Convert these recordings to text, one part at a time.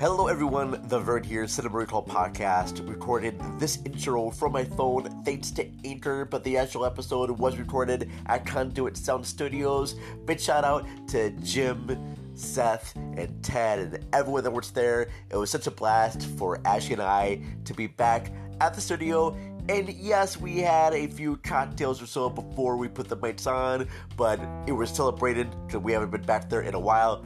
Hello, everyone. The Verd here, Cinema Recall Podcast. Recorded this intro from my phone thanks to Anchor, but the actual episode was recorded at Conduit Sound Studios. Big shout out to Jim, Seth, and Ted, and everyone that works there. It was such a blast for Ashley and I to be back at the studio. And yes, we had a few cocktails or so before we put the mics on, but it was celebrated because we haven't been back there in a while.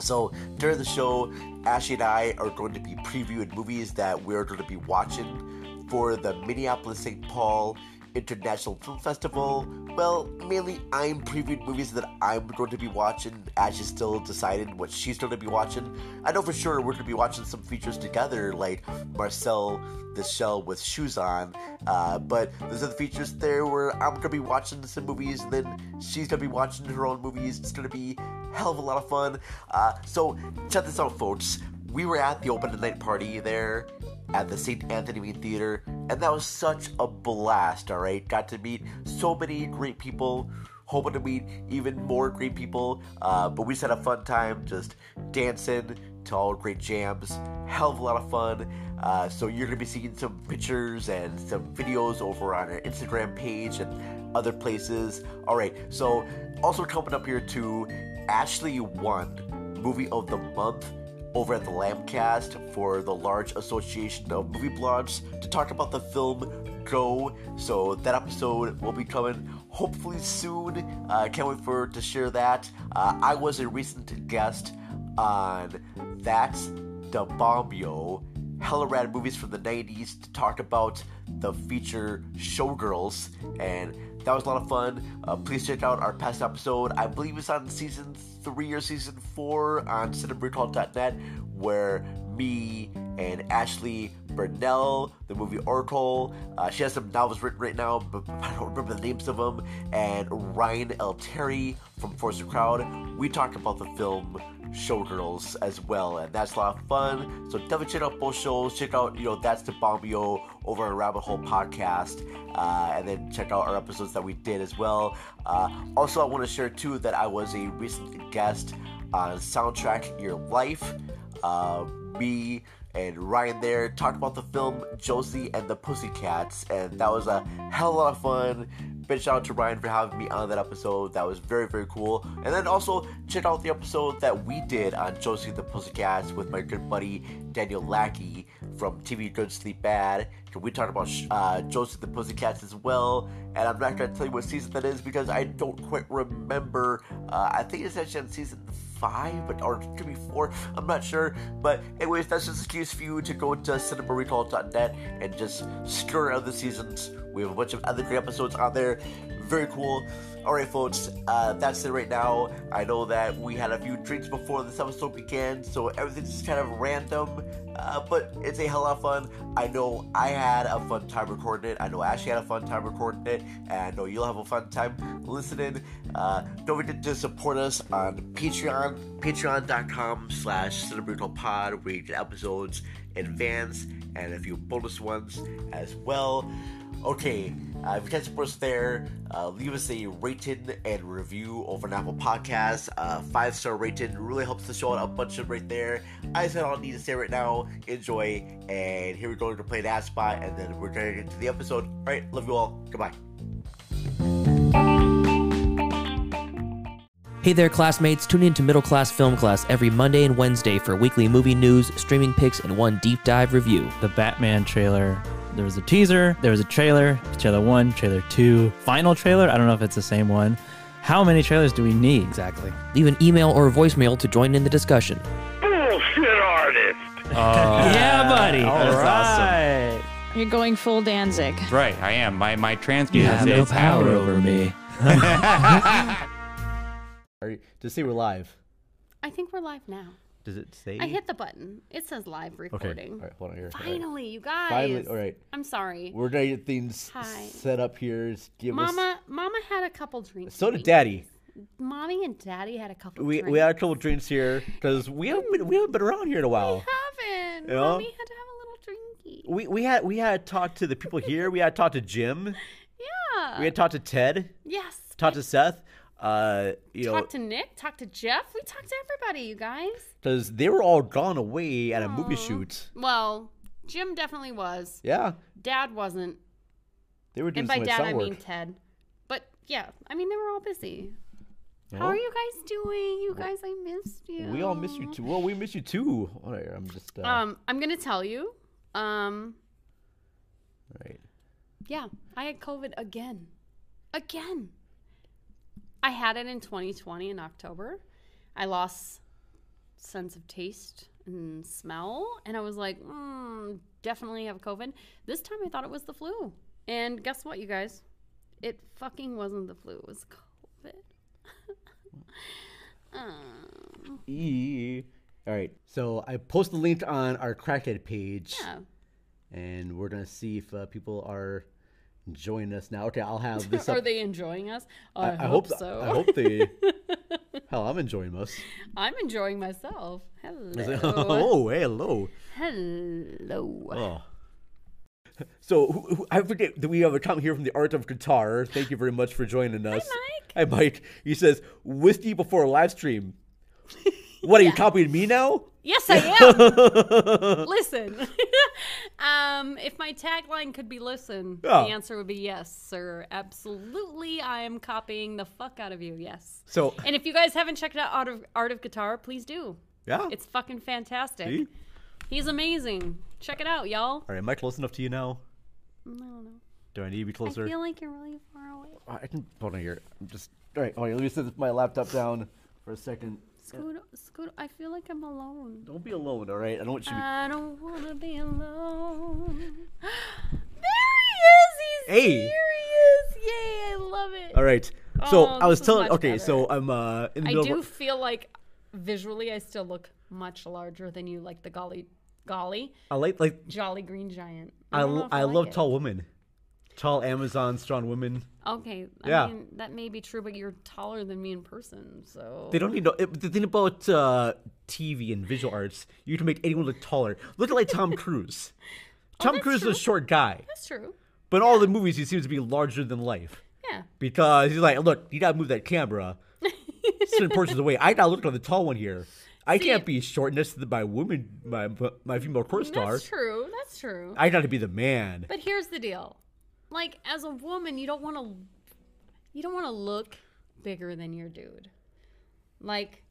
So during the show, Ashley and I are going to be previewing movies that we're going to be watching for the Minneapolis St. Paul International Film Festival. Well, mainly I'm previewing movies that I'm going to be watching. Ashley's still deciding what she's going to be watching. I know for sure we're going to be watching some features together, like Marcel the Shell with Shoes On. Uh, but there's other features there where I'm going to be watching some movies, and then she's going to be watching her own movies. It's going to be hell of a lot of fun. Uh, so check this out, folks. We were at the open night party there at the St. Anthony Mean Theater, and that was such a blast. All right, got to meet so many great people. Hoping to meet even more great people, uh, but we just had a fun time just dancing to all great jams. Hell of a lot of fun. Uh, so you're gonna be seeing some pictures and some videos over on our Instagram page and other places. All right. So also coming up here too, Ashley won movie of the month over at the Lambcast for the large association of movie blogs to talk about the film Go. So that episode will be coming hopefully soon. Uh, can't wait for to share that. Uh, I was a recent guest on That's the Bombio, hella rad movies from the 90s to talk about the feature Showgirls, and that was a lot of fun. Uh, please check out our past episode. I believe it's on season 3 or season 4 on cinebrickhall.net, where me and Ashley Burnell, the movie Oracle. Uh, she has some novels written right now, but I don't remember the names of them. And Ryan L. Terry from Force the Crowd. We talked about the film Showgirls as well, and that's a lot of fun. So definitely check out both shows. Check out, you know, That's the Bombio over at Rabbit Hole Podcast, uh, and then check out our episodes that we did as well. Uh, also, I want to share too that I was a recent guest on Soundtrack Your Life. Uh, me and Ryan there talked about the film Josie and the Pussycats, and that was a hell of a lot of fun. Big shout out to Ryan for having me on that episode. That was very, very cool. And then also check out the episode that we did on Josie and the Pussycats with my good buddy Daniel Lackey from TV Good Sleep Bad. We talked about uh, Josie and the Pussycats as well. And I'm not going to tell you what season that is because I don't quite remember. Uh, I think it's actually on season five, but or it could be four. I'm not sure. But anyways, that's just an excuse for you to go to cinemarecall.net and just stir out the seasons. We have a bunch of other great episodes on there. Very cool. All right, folks, uh, that's it right now. I know that we had a few drinks before this episode began, so everything's just kind of random. Uh, but it's a hell of fun. I know I had a fun time recording it. I know Ashley had a fun time recording it, and I know you'll have a fun time listening. Uh, don't forget to support us on Patreon, patreon.com slash Pod, where you get episodes in advance and a few bonus ones as well. Okay, uh, if you guys support us there, uh, leave us a rating and review over an Apple Podcast. Uh, five star rating really helps the show out a bunch of right there. I said all I need to say right now. Enjoy, and here we go to play that spot, and then we're gonna get to the episode. All right, love you all. Goodbye. Hey there, classmates. Tune in to Middle Class Film Class every Monday and Wednesday for weekly movie news, streaming picks, and one deep dive review. the Batman trailer. There was a teaser, there was a trailer, trailer one, trailer two, final trailer. I don't know if it's the same one. How many trailers do we need exactly? Leave an email or a voicemail to join in the discussion. bullshit artist. yeah, buddy. all That's right. awesome. You're going full Danzig. Right, I am. My my trans You music have no is power out. over me. Are you, just say we're live. I think we're live now. Does it say? I hit the button. It says live okay. recording. All right, hold on here. All right. Finally, you guys. Finally, all right. I'm sorry. We're gonna get things Hi. set up here. Just Give Mama, Mama had a couple us. drinks. So did We- Daddy. Mommy and Daddy had a couple. We drinks. we had a couple drinks here because we haven't been, we haven't been around here in a while. Haven't. Yeah. Mommy had to have a little drinky. We we had we had to talk to the people here. We had to talk to Jim. Yeah. We had to talk to Ted. yes. Talk to Seth. Uh, you know, Talk to Nick. Talk to Jeff. We talked to everybody, you guys. because they were all gone away at a movie shoot. Well, Jim definitely was. Yeah, Dad wasn't. they were doing And by some dad, I sound work. mean Ted. But yeah, I mean, they were all busy. How are you guys doing? You guys, I missed you. We all miss you too. Well, we miss you too. All right, I'm just. Uh, Um, I'm going to tell you. Um, all right. yeah, I had COVID again. Again. I had it in 2020 in October. I lost sense of taste and smell. And I was like, mm, definitely have COVID. This time I thought it was the flu. And guess what, you guys? It fucking wasn't the flu. It was COVID. E. All right. So I post the link on our crackhead page, Yeah. and we're gonna see if uh, people are enjoying us now. Okay, I'll have this. Are up- they enjoying us? I, I hope, th- so. I hope they. Hell, I'm enjoying us. I'm enjoying myself. Hello. oh, hello. Hello. Oh. So who, who, I forget that we have a comment here from the Art of Guitar. Thank you very much for joining us. Hi, Mike. Hi, Mike. He says whiskey before a live stream. What are you copying me now? Yes, I am. listen. um, if my tagline could be listen, Yeah. the answer would be yes, sir. Absolutely. I am copying the fuck out of you. Yes. So And if you guys haven't checked out Art of, Art of Guitar, please do. yeah. It's fucking fantastic. See? He's amazing. Check it out, y'all. All right, am I close enough to you now? Mm, I don't know. Do I need to be I closer? feel like you're really far away. Oh, I can hold on here. I'm just all right. All right, let me set my laptop down for a second. Scoot, scoot. I feel like I'm alone. Don't be alone. All right. I don't want you to be I don't wanna be alone. there he is! He's Hey. here! He is! Yay! I love it. All right. So Oh, I this was is telling. much Okay, better. so I'm uh in the I middle. do Of, feel like visually, I still look much larger than you, like the golly, golly, I like like jolly green giant. I, don't know l- if I, like love it. tall women, tall Amazon strong women. Okay, I Yeah. mean that may be true, but you're taller than me in person, so They don't need no. It, the thing about uh, TV and visual arts, you can make anyone look taller. Look at like Tom Cruise. Tom Oh, that's Cruise is true. a short guy, that's true. but in all the movies he seems to be larger than life Yeah. because he's like, look, you gotta move that camera certain portions away. I gotta look on the tall one here. I can't be short next to my woman, my my female court star. That's true. That's true. I gotta be the man. But here's the deal. Like as a woman, you don't want to you don't want to look bigger than your dude. Like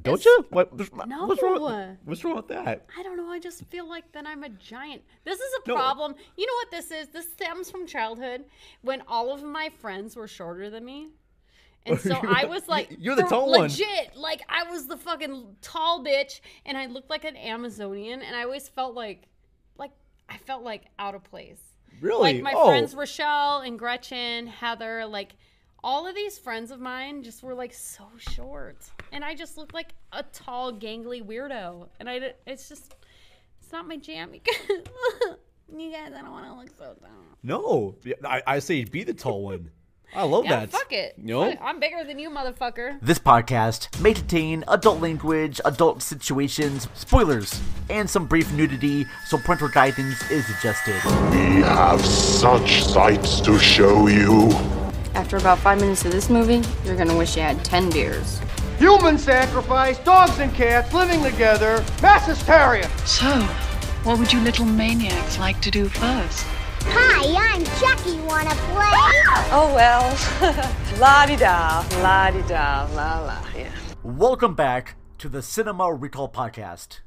Don't you? What, what's, No. what's wrong? With, what's wrong with that? I don't know, I just feel like then I'm a giant. This is a No. problem. You know what this is? This stems from childhood when all of my friends were shorter than me. And so I was like, you're the for- tall one. legit, Like I was the fucking tall bitch, and I looked like an Amazonian, and I always felt like, like I felt like out of place. Really? Like my Oh. friends Rochelle and Gretchen, Heather, like all of these friends of mine just were like so short. And I just looked like a tall, gangly weirdo. And I, di- it's just, it's not my jam because you guys, I don't want to look so dumb. No, Yeah, I, I say be the tall one. I love Yeah, that. fuck it. No, Fuck- I'm bigger than you, motherfucker. This podcast may contain adult language, adult situations, spoilers, and some brief nudity, so parental guidance is suggested. We have such sights to show you. After about five minutes of this movie, you're gonna wish you had 10 beers. Human sacrifice, dogs and cats living together, mass hysteria. So, what would you little maniacs like to do first? Hi, I'm Chucky. Wanna play? Oh well, la di da, la di da, la la. Yeah. Welcome back to the Cinema Recall Podcast.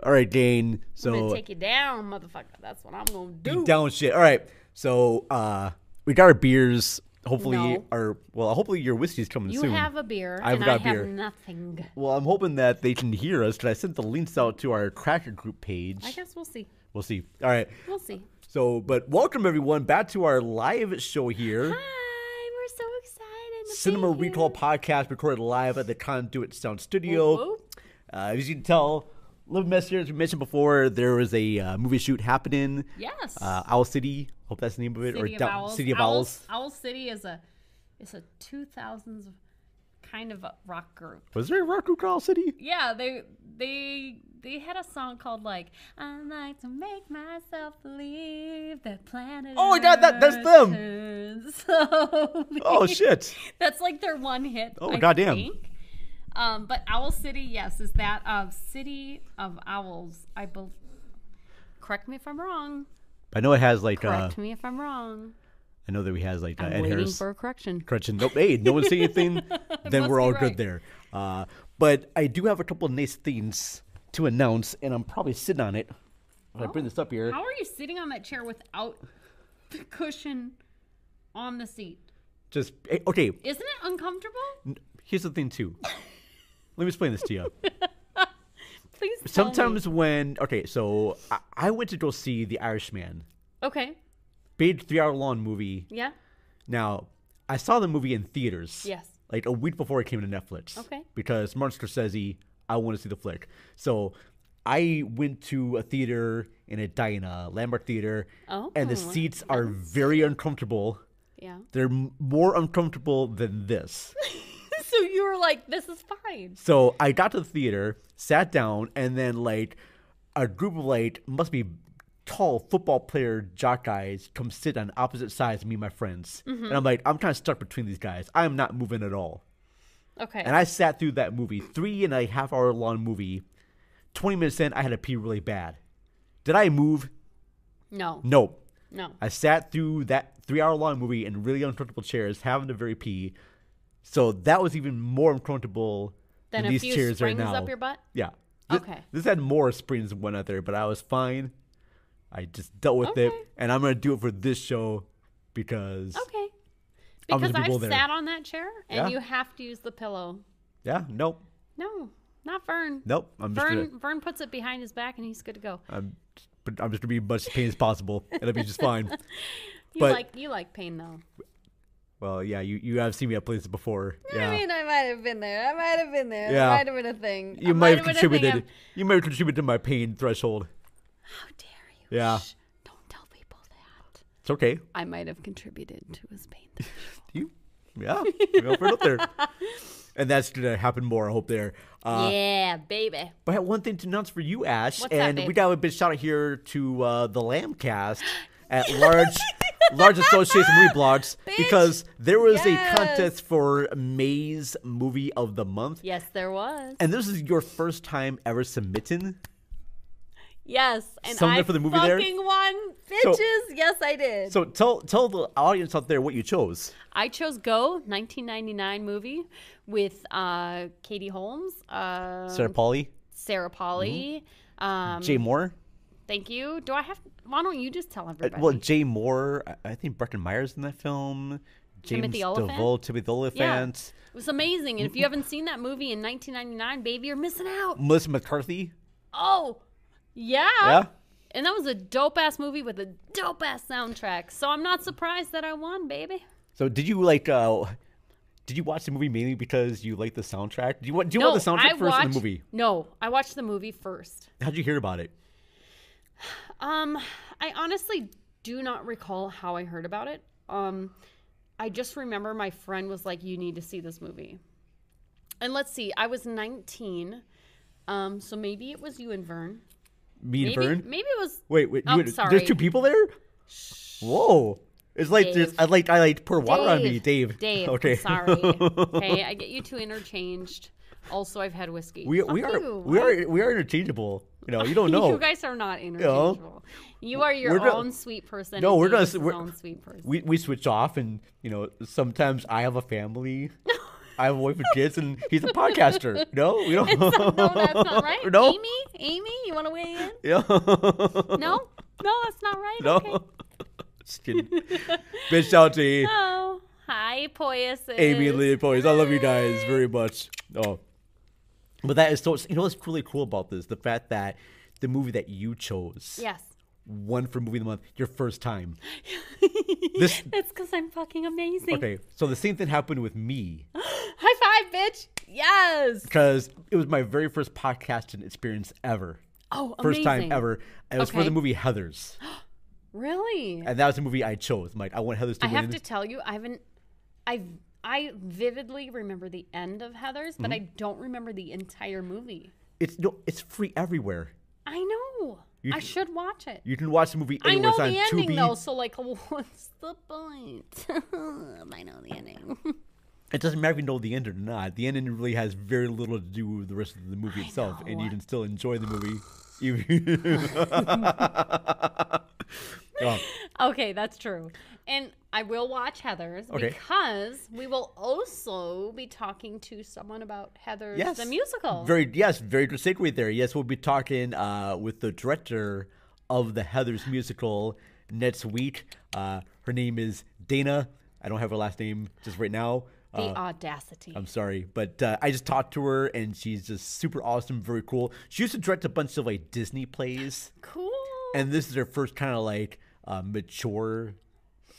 all right, Dane. I'm gonna So take you down, motherfucker. That's what I'm gonna do. beat down shit. All right. So uh, we got our beers. Hopefully, No. our well, hopefully your whiskey's coming You soon. have a beer, I've and got I beer. have nothing. well, I'm hoping that they can hear us because I sent the links out to our Cracker Group page. I guess we'll see. We'll see. All right. We'll see. So, but welcome everyone back to our live show here. Hi, we're so excited. to be Uh, Cinema here. Recall podcast recorded live at the Conduit Sound Studio. Whoop, whoop. Uh, as you can tell, a little mess here. As we mentioned before, there was a uh, movie shoot happening. Yes. Uh, Owl City, hope that's the name of it, City or of Down- Owls. City of Owl- Owls. Owl City is a is a two thousands kind of a rock group. Was there a rock group Call City? Yeah, they they they had a song called like I like to make myself believe that planet. Oh my God, that- that's Earth them. turns slowly." Oh, shit. That's like their one hit. Oh, I goddamn. think. Um, but Owl City, yes, is that of City of Owls. I believe. Correct me if I'm wrong. I know it has like uh, Correct me if I'm wrong. I know that we has like uh, I'm Ed waiting Harris for a correction. Correction. Nope. Hey, no one say anything. then we're all good there. Uh, but I do have a couple of nice things to announce, and I'm probably sitting on it. If I bring this up here, How are you sitting on that chair without the cushion on the seat? just eh, okay. Isn't it uncomfortable? n- Here's the thing too. Let me explain this to you. Please. tell me. Sometimes when okay, so I, I went to go see The Irishman, Okay. big three-hour-long movie. Yeah. Now, I saw the movie in theaters. Yes. Like a week before it came to Netflix. Okay. Because Martin Scorsese, I want to see the flick. So I went to a theater in a diner, Lambert Theater, and the Oh, seats are very uncomfortable. Yeah. They're m- more uncomfortable than this. so you were like, this is fine. So I got to the theater, sat down, and then like a group of like must be tall football player jock guys come sit on opposite sides of me and my friends. Mhm. And I'm like, I'm kind of stuck between these guys. I am not moving at all. Okay. And I sat through that movie, three and a half hour long movie. Twenty minutes in, I had to pee really bad. Did I move? No. Nope. No. I sat through that three hour long movie in really uncomfortable chairs, having to very pee. So that was even more uncomfortable Than than, a these few chairs right springs now. up your butt? Yeah. This, Okay. This had more springs than one other, but I was fine. I just dealt with it, Okay. and I'm gonna do it for this show because Okay. I'm Because gonna I've be there. sat on that chair and Yeah. you have to use the pillow. yeah, nope, No, not Vern. nope. I'm just Vern, gonna, Vern puts it behind his back and he's good to go. I'm, but I'm just gonna be in as much pain as possible. It'll be just fine. You But- like you like pain though. Well, yeah, you you have seen me at places before. Yeah. I mean, I might have been there. I might have been there. Yeah. It might have been a thing. you It might have been a thing. contributed. I'm- You might have contributed to my pain threshold. How dare you? Yeah. don't tell people that. It's okay. I might have contributed to his pain. Yeah, we go for it up there. And that's gonna happen more, I hope. There. Uh, yeah, baby. But I had one thing to announce for you, Ash, What's that, and we babe? got a big shout out here to uh, the Lambcast at large, large associates and reblogs because there was a contest for May's movie of the month, Yes, there was. and this is your first time ever submitting. Yes, and Something I for the movie there? fucking won, So- bitches. yes, I did. So tell tell the audience out there what you chose. I chose Go, 1999 movie with uh, Katie Holmes, uh, Sarah Pauly, Sarah Polly, mm-hmm. um, Jay Moore. Thank you. Do I have? Why don't you just tell Uh, everybody? Well, Jay Moore, I- I think Breckin Meyer's in that film. James Timothy Olyphant? DeVoe, Timothy Olyphant, It was amazing. And if you haven't seen that movie in 1999, baby, you're missing out. Melissa McCarthy. Oh, yeah. Yeah. And that was a dope ass movie with a dope ass soundtrack. So I'm not surprised that I won, baby. So did you like? uh Did you watch the movie mainly because you like the soundtrack? Do you want? Do you want the soundtrack I first or watched- the movie? No, I watched the movie first. How'd you hear about it? Um, I honestly do not recall how I heard about it. Um, I just remember my friend was like, "You need to see this movie." And let's see, I was 19, um, so maybe it was you and Vern. Me and maybe, Vern. Maybe it was. Wait, wait. Oh, you, sorry. There's two people there. Whoa! It's like there's. Dave. I like. I like pour water on me, Dave. Dave. Okay. Okay. sorry. okay, I get you two interchanged. Also, I've had whiskey. we we Fuck are you. we are we are interchangeable. You know. You don't know. you guys are not You know? interchangeable. You are your Oh, We're not- own sweet person. No, and we're Dave not- is his we're- own sweet person. we, we switch off and you know sometimes i have a family i have a wife and kids and he's a podcaster no we don't no, that's not right. no Amy, Amy, you want to weigh in? yeah No, no, that's not right. no Okay. just kidding big shout out to Oh, hi, Poyas. amy and leah boys i love you guys very much oh but that is so you know what's really cool about this the fact that the movie that you chose Yes, won for movie of the month your first time this that's because I'm fucking amazing. okay so the same thing happened with me High five, bitch. Yes. because it was my very first podcasting experience ever. Oh, First time amazing. ever. And it was for Okay. the movie Heathers. Really? And that was the movie I chose. Mike, I want Heathers to I win. have to tell you, I haven't. I've I vividly remember the end of Heather's, Mm-hmm. but I don't remember the entire movie. It's no, it's free everywhere. I know. You I sh- should watch it. You can watch the movie I anywhere. know It's the on ending Tubi. though, so like, what's the point? I know the ending. It doesn't matter if you know the end or not. The ending really has very little to do with the rest of the movie itself, and you can still enjoy the movie. even- Oh, okay, that's true. And I will watch Heather's Okay. because we will also be talking to someone about Heather's yes, the musical. Very yes, very good segue there. Yes, we'll be talking uh, with the director of the Heather's musical next week. Uh, her name is Dana. I don't have her last name just right now. the Uh, audacity. I'm sorry, but uh, I just talked to her and she's just super awesome, very cool. She used to direct a bunch of like Disney plays. Cool. And this is her first kind of like uh, mature,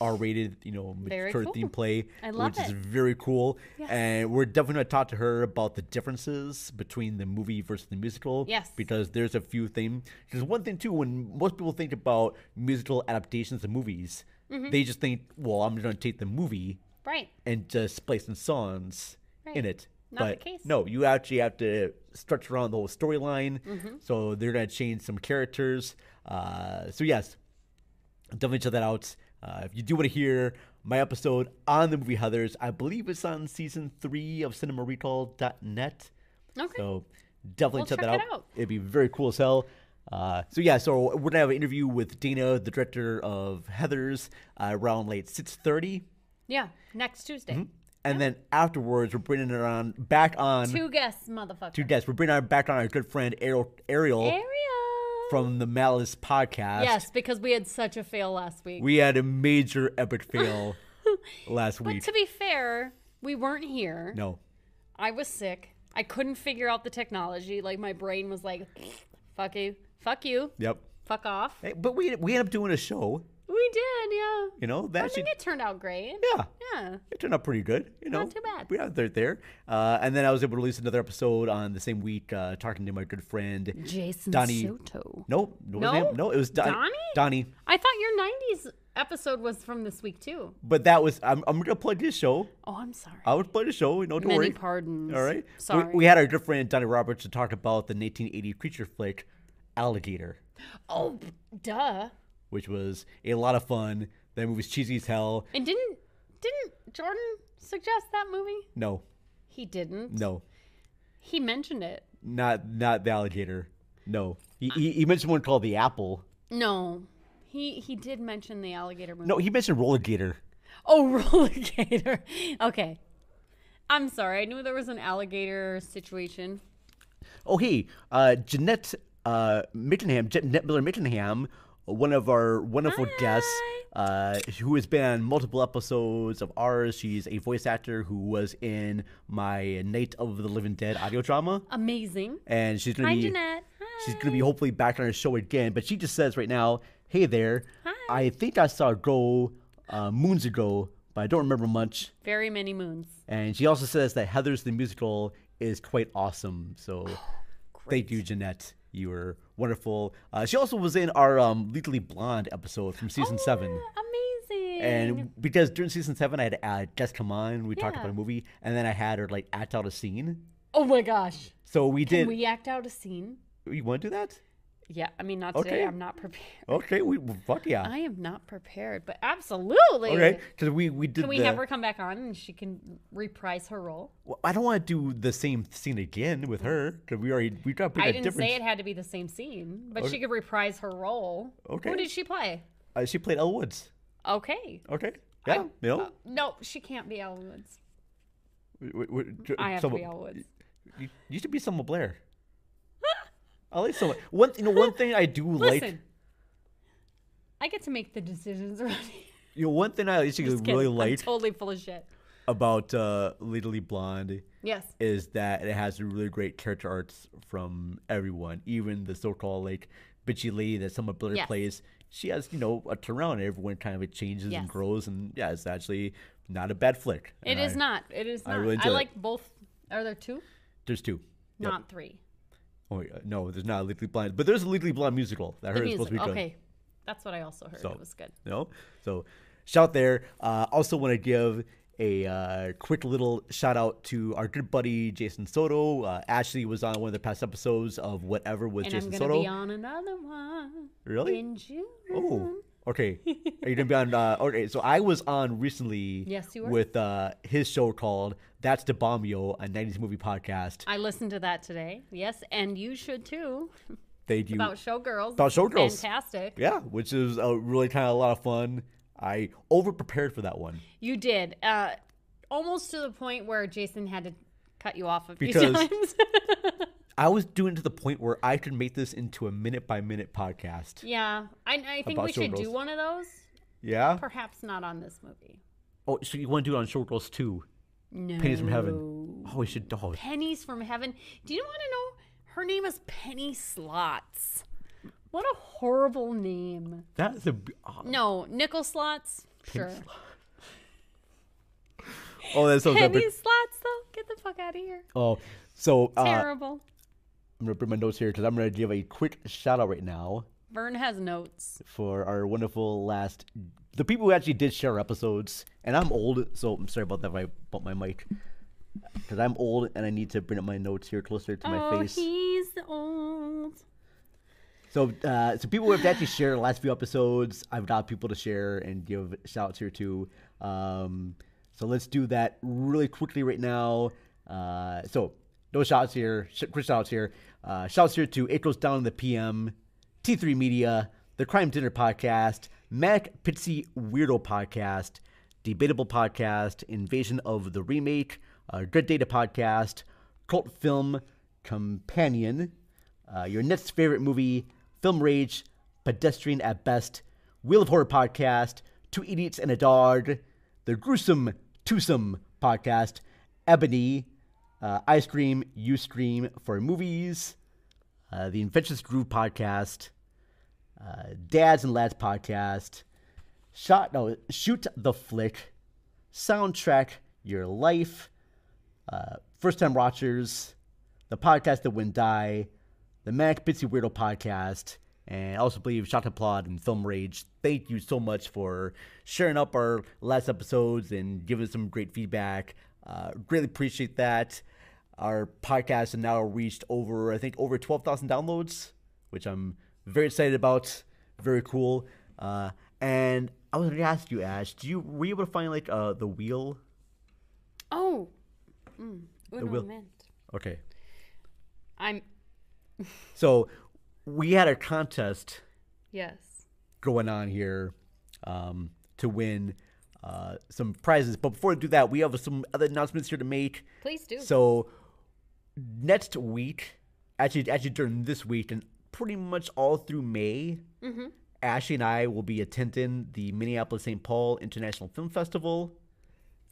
R-rated, you know, Very mature cool. theme play, I love which is it. very cool. Yes. And we're definitely going to talk to her about the differences between the movie versus the musical. Yes. Because there's a few things. There's one thing too when most people think about musical adaptations of movies, Mhm. they just think, well, I'm going to take the movie Right. and just play some songs Right. in it. Not the but case. No, you actually have to stretch around the whole storyline. Mhm. So they're gonna change some characters. Uh, so yes, definitely check that out. Uh, if you do want to hear my episode on the movie Heather's, I believe it's on season three of CinemaRecall.net. Okay. So definitely We'll check, that check out. it out. It'd be very cool as hell. Uh, so yeah, so we're gonna have an interview with Dana, the director of Heather's, uh, around late six thirty. Yeah. Next Tuesday. And then afterwards, we're bringing her on back on Two guests, motherfucker. two guests. We're bringing her back on our good friend Ariel, Ariel Ariel. from the Malice podcast. Yes, because we had such a fail last week. we had a major epic fail last but week. to be fair, we weren't here. no, I was sick. I couldn't figure out the technology. Like my brain was like, "Fuck you, fuck you, yep. fuck off." Hey, but we we ended up doing a show. We did, yeah. You know I that think should, it turned out great. Yeah. Yeah. it turned out pretty good. You know, Not too bad. We had there there, uh, and then I was able to release another episode on the same week, uh, talking to my good friend Jason Donnie. Soto. Nope, no, it No? was him. no, it was Don- Donnie? Donnie. I thought your '90s episode was from this week too. But that was I'm, I'm gonna plug his show. Oh, I'm sorry. I would play the show. No, don't Many worry. pardons. All right. We- Sorry. We, had our good friend Donnie Roberts to talk about the 1980 creature flick Alligator, Oh, duh. which was a lot of fun. That movie's cheesy as hell. And didn't didn't Jordan suggest that movie? No, He didn't. no, He mentioned it. not not the alligator. No, he, he, he mentioned one called the Apple. No. He he did mention the alligator movie. No, he mentioned Roller Gator. Oh, roller gator. Okay. I'm sorry. I knew there was an alligator situation. Oh, hey, uh, Jeanette uh, Mittenham, Jeanette Miller Mittenham, one of our wonderful guests, uh, who has been on multiple episodes of ours. She's a voice actor who was in my Night of the Living Dead audio drama, Amazing. and she's gonna Hi, be Jeanette. she's gonna be hopefully back on our show again. But she just says right now, "Hey there, I think I saw Go uh, moons ago, but I don't remember much." Very many moons. And she also says that Heather's the musical is quite awesome. So thank you, Jeanette. You were wonderful. Uh, she also was in our um, Legally Blonde episode from season Oh, seven. Amazing. And because during season seven, I had uh, Jess come on, we talked Yeah. about a movie, and then I had her like act out a scene. oh my gosh. So we Can did. Oh, we act out a scene? You want to do that? Yeah, I mean not Okay. today. I'm not prepared. Okay, we well, fuck yeah. I am not prepared, but absolutely. okay, because we we did. Can we the, have her come back on and she can reprise her role? Well, I don't want to do the same scene again with her because we already we dropped in I a didn't different. say it had to be the same scene, but Okay. she could reprise her role. Okay. Who did she play? uh, she played Elle Woods. Okay. uh, Okay. Yeah. you know. No, she can't be Elle Woods. W- w- j- I have to some- be Elle Woods. You, you should be Selma Blair. I like Selma. One, you know, one thing I do like. Listen. I get to make the decisions around here. You know, one thing I actually Just kidding. really I'm like totally full of shit. about uh, Legally Blonde Yes. is that it has really great character arcs from everyone, even the so-called like bitchy lady that Selma Blair Yes. plays. She has, you know, a turnaround. and Everyone kind of it changes Yes. and grows, and yeah, it's actually not a bad flick. It And is I- not. It is I not. I, really enjoy it. like both. Are there two? There's two. Yep. Not three. Oh yeah, no, there's not a Legally Blonde, but there's a Legally Blonde musical that I The heard is supposed to be music. good. Okay. That's what I also heard. It was good. No, so shout there. Uh, also want to give a uh, quick little shout out to our good buddy Jason Soto. Uh, Ashley was on one of the past episodes of Whatever with and Jason I'm gonna Soto. be on another one. Really? In June. Oh, okay. Are you gonna be on? Uh, okay, so I was on recently. Yes, you were. With uh, his show called "That's the Bombio," a '90s movie podcast. I listened to that today. Yes, and you should too. They do about showgirls. About showgirls. Fantastic. Yeah, which is uh, really kind of a lot of fun. I over prepared for that one You did. Uh, almost to the point where Jason had to cut you off a few Because- times. I was doing it to the point where I could make this into a minute by minute podcast. yeah. I, I think About Oh. we should do showgirls. one of those. Yeah. Perhaps not on this movie. Oh, so you want to do it on Showgirls too? Pennies from Heaven. Oh, we should. Oh, Pennies from Heaven. Do you want to know? Her name is Penny Slots. What a horrible name. that's a. b- Oh, No, nickel slots. Sure. oh, that's so Penny separate. slots, though. Get the fuck out of here. Oh, so uh, Terrible. I'm gonna bring my notes here because I'm gonna give a quick shout out right now Vern has notes. for our wonderful last, the people who actually did share episodes. And I'm old, so I'm sorry about that. If I bump my mic because I'm old and I need to bring up my notes here closer to my oh, face. he's old. So, uh, so people who have actually shared the last few episodes, I've got people to share and give shout outs here too. Um, so let's do that really quickly right now. Uh, so no shouts here, sh- quick shout outs here. Uh, shouts here to It Goes Down in the PM, T3 Media, The Crime Dinner Podcast, Manic Pitsy Weirdo Podcast, Debatable Podcast, Invasion of the Remake, uh, Good Data Podcast, Cult Film Companion, uh, your next favorite movie, Film Rage, Pedestrian at Best, Wheel of Horror Podcast, Two Idiots and a Dog, The Gruesome Twosome Podcast, Ebony, uh, I Scream, You Scream for Movies, uh, The Infectious Groove Podcast, uh, Dads and Lads Podcast, Shot, no, Shoot the Flick, Soundtrack Your Life, uh, First Time Watchers, the podcast that wouldn't die, the Mac Bitsy Weirdo podcast, and I also believe Shot to Plot and Film Rage. Thank you so much for sharing up our last episodes and giving some great feedback. Uh, greatly appreciate that. Our podcast has now reached over, I think, over 12,000 downloads, which I'm very excited about. Very cool. Uh, and I was going to ask you, Ash, do you were you able to find like uh, the wheel? Oh. Mm. Uno will- meant. Okay. I'm. So we had a contest Yes. going on here um, to win uh, some prizes. But before we do that, we have some other announcements here to make. Please do. So next week, actually, actually during this week and pretty much all through May, Mm-hmm. Ashley and I will be attending the Minneapolis St. Paul International Film Festival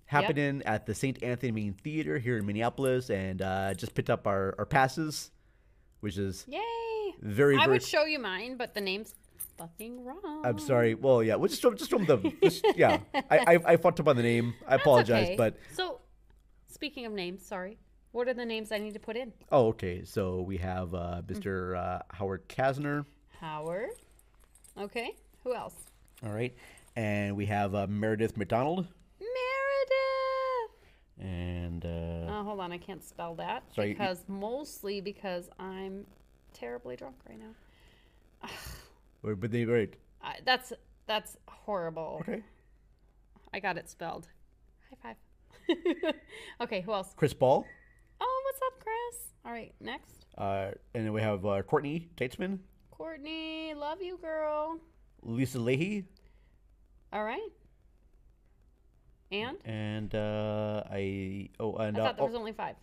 happening at the St. Anthony Main Theater here in Minneapolis and uh, just picked up our, our passes, which is Yay. very, I very would show you mine, but the name's fucking wrong. I'm sorry. Well, yeah, we'll just show, just show 'em the just, yeah. I, I I fucked up on the name. I apologize, okay. but So, speaking of names, sorry. What are the names I need to put in? oh, okay. So we have uh, Mr. Uh, Howard Kasner. Howard. Okay. Who else? All right, and we have uh, Meredith McDonald Meredith. and uh, Oh, hold on. I can't spell that Sorry, you- because mostly because I'm terribly drunk right now. wait, but they right. I, that's that's horrible. Okay. I got it spelled. High five. okay. Who else? Chris Ball, Oh, what's up, Chris? All right. Next, uh, and then we have uh, Courtney Tatesman, Courtney. Love you, girl. Lisa Leahy, All right. And and uh, I oh and I uh, thought there was oh, only five.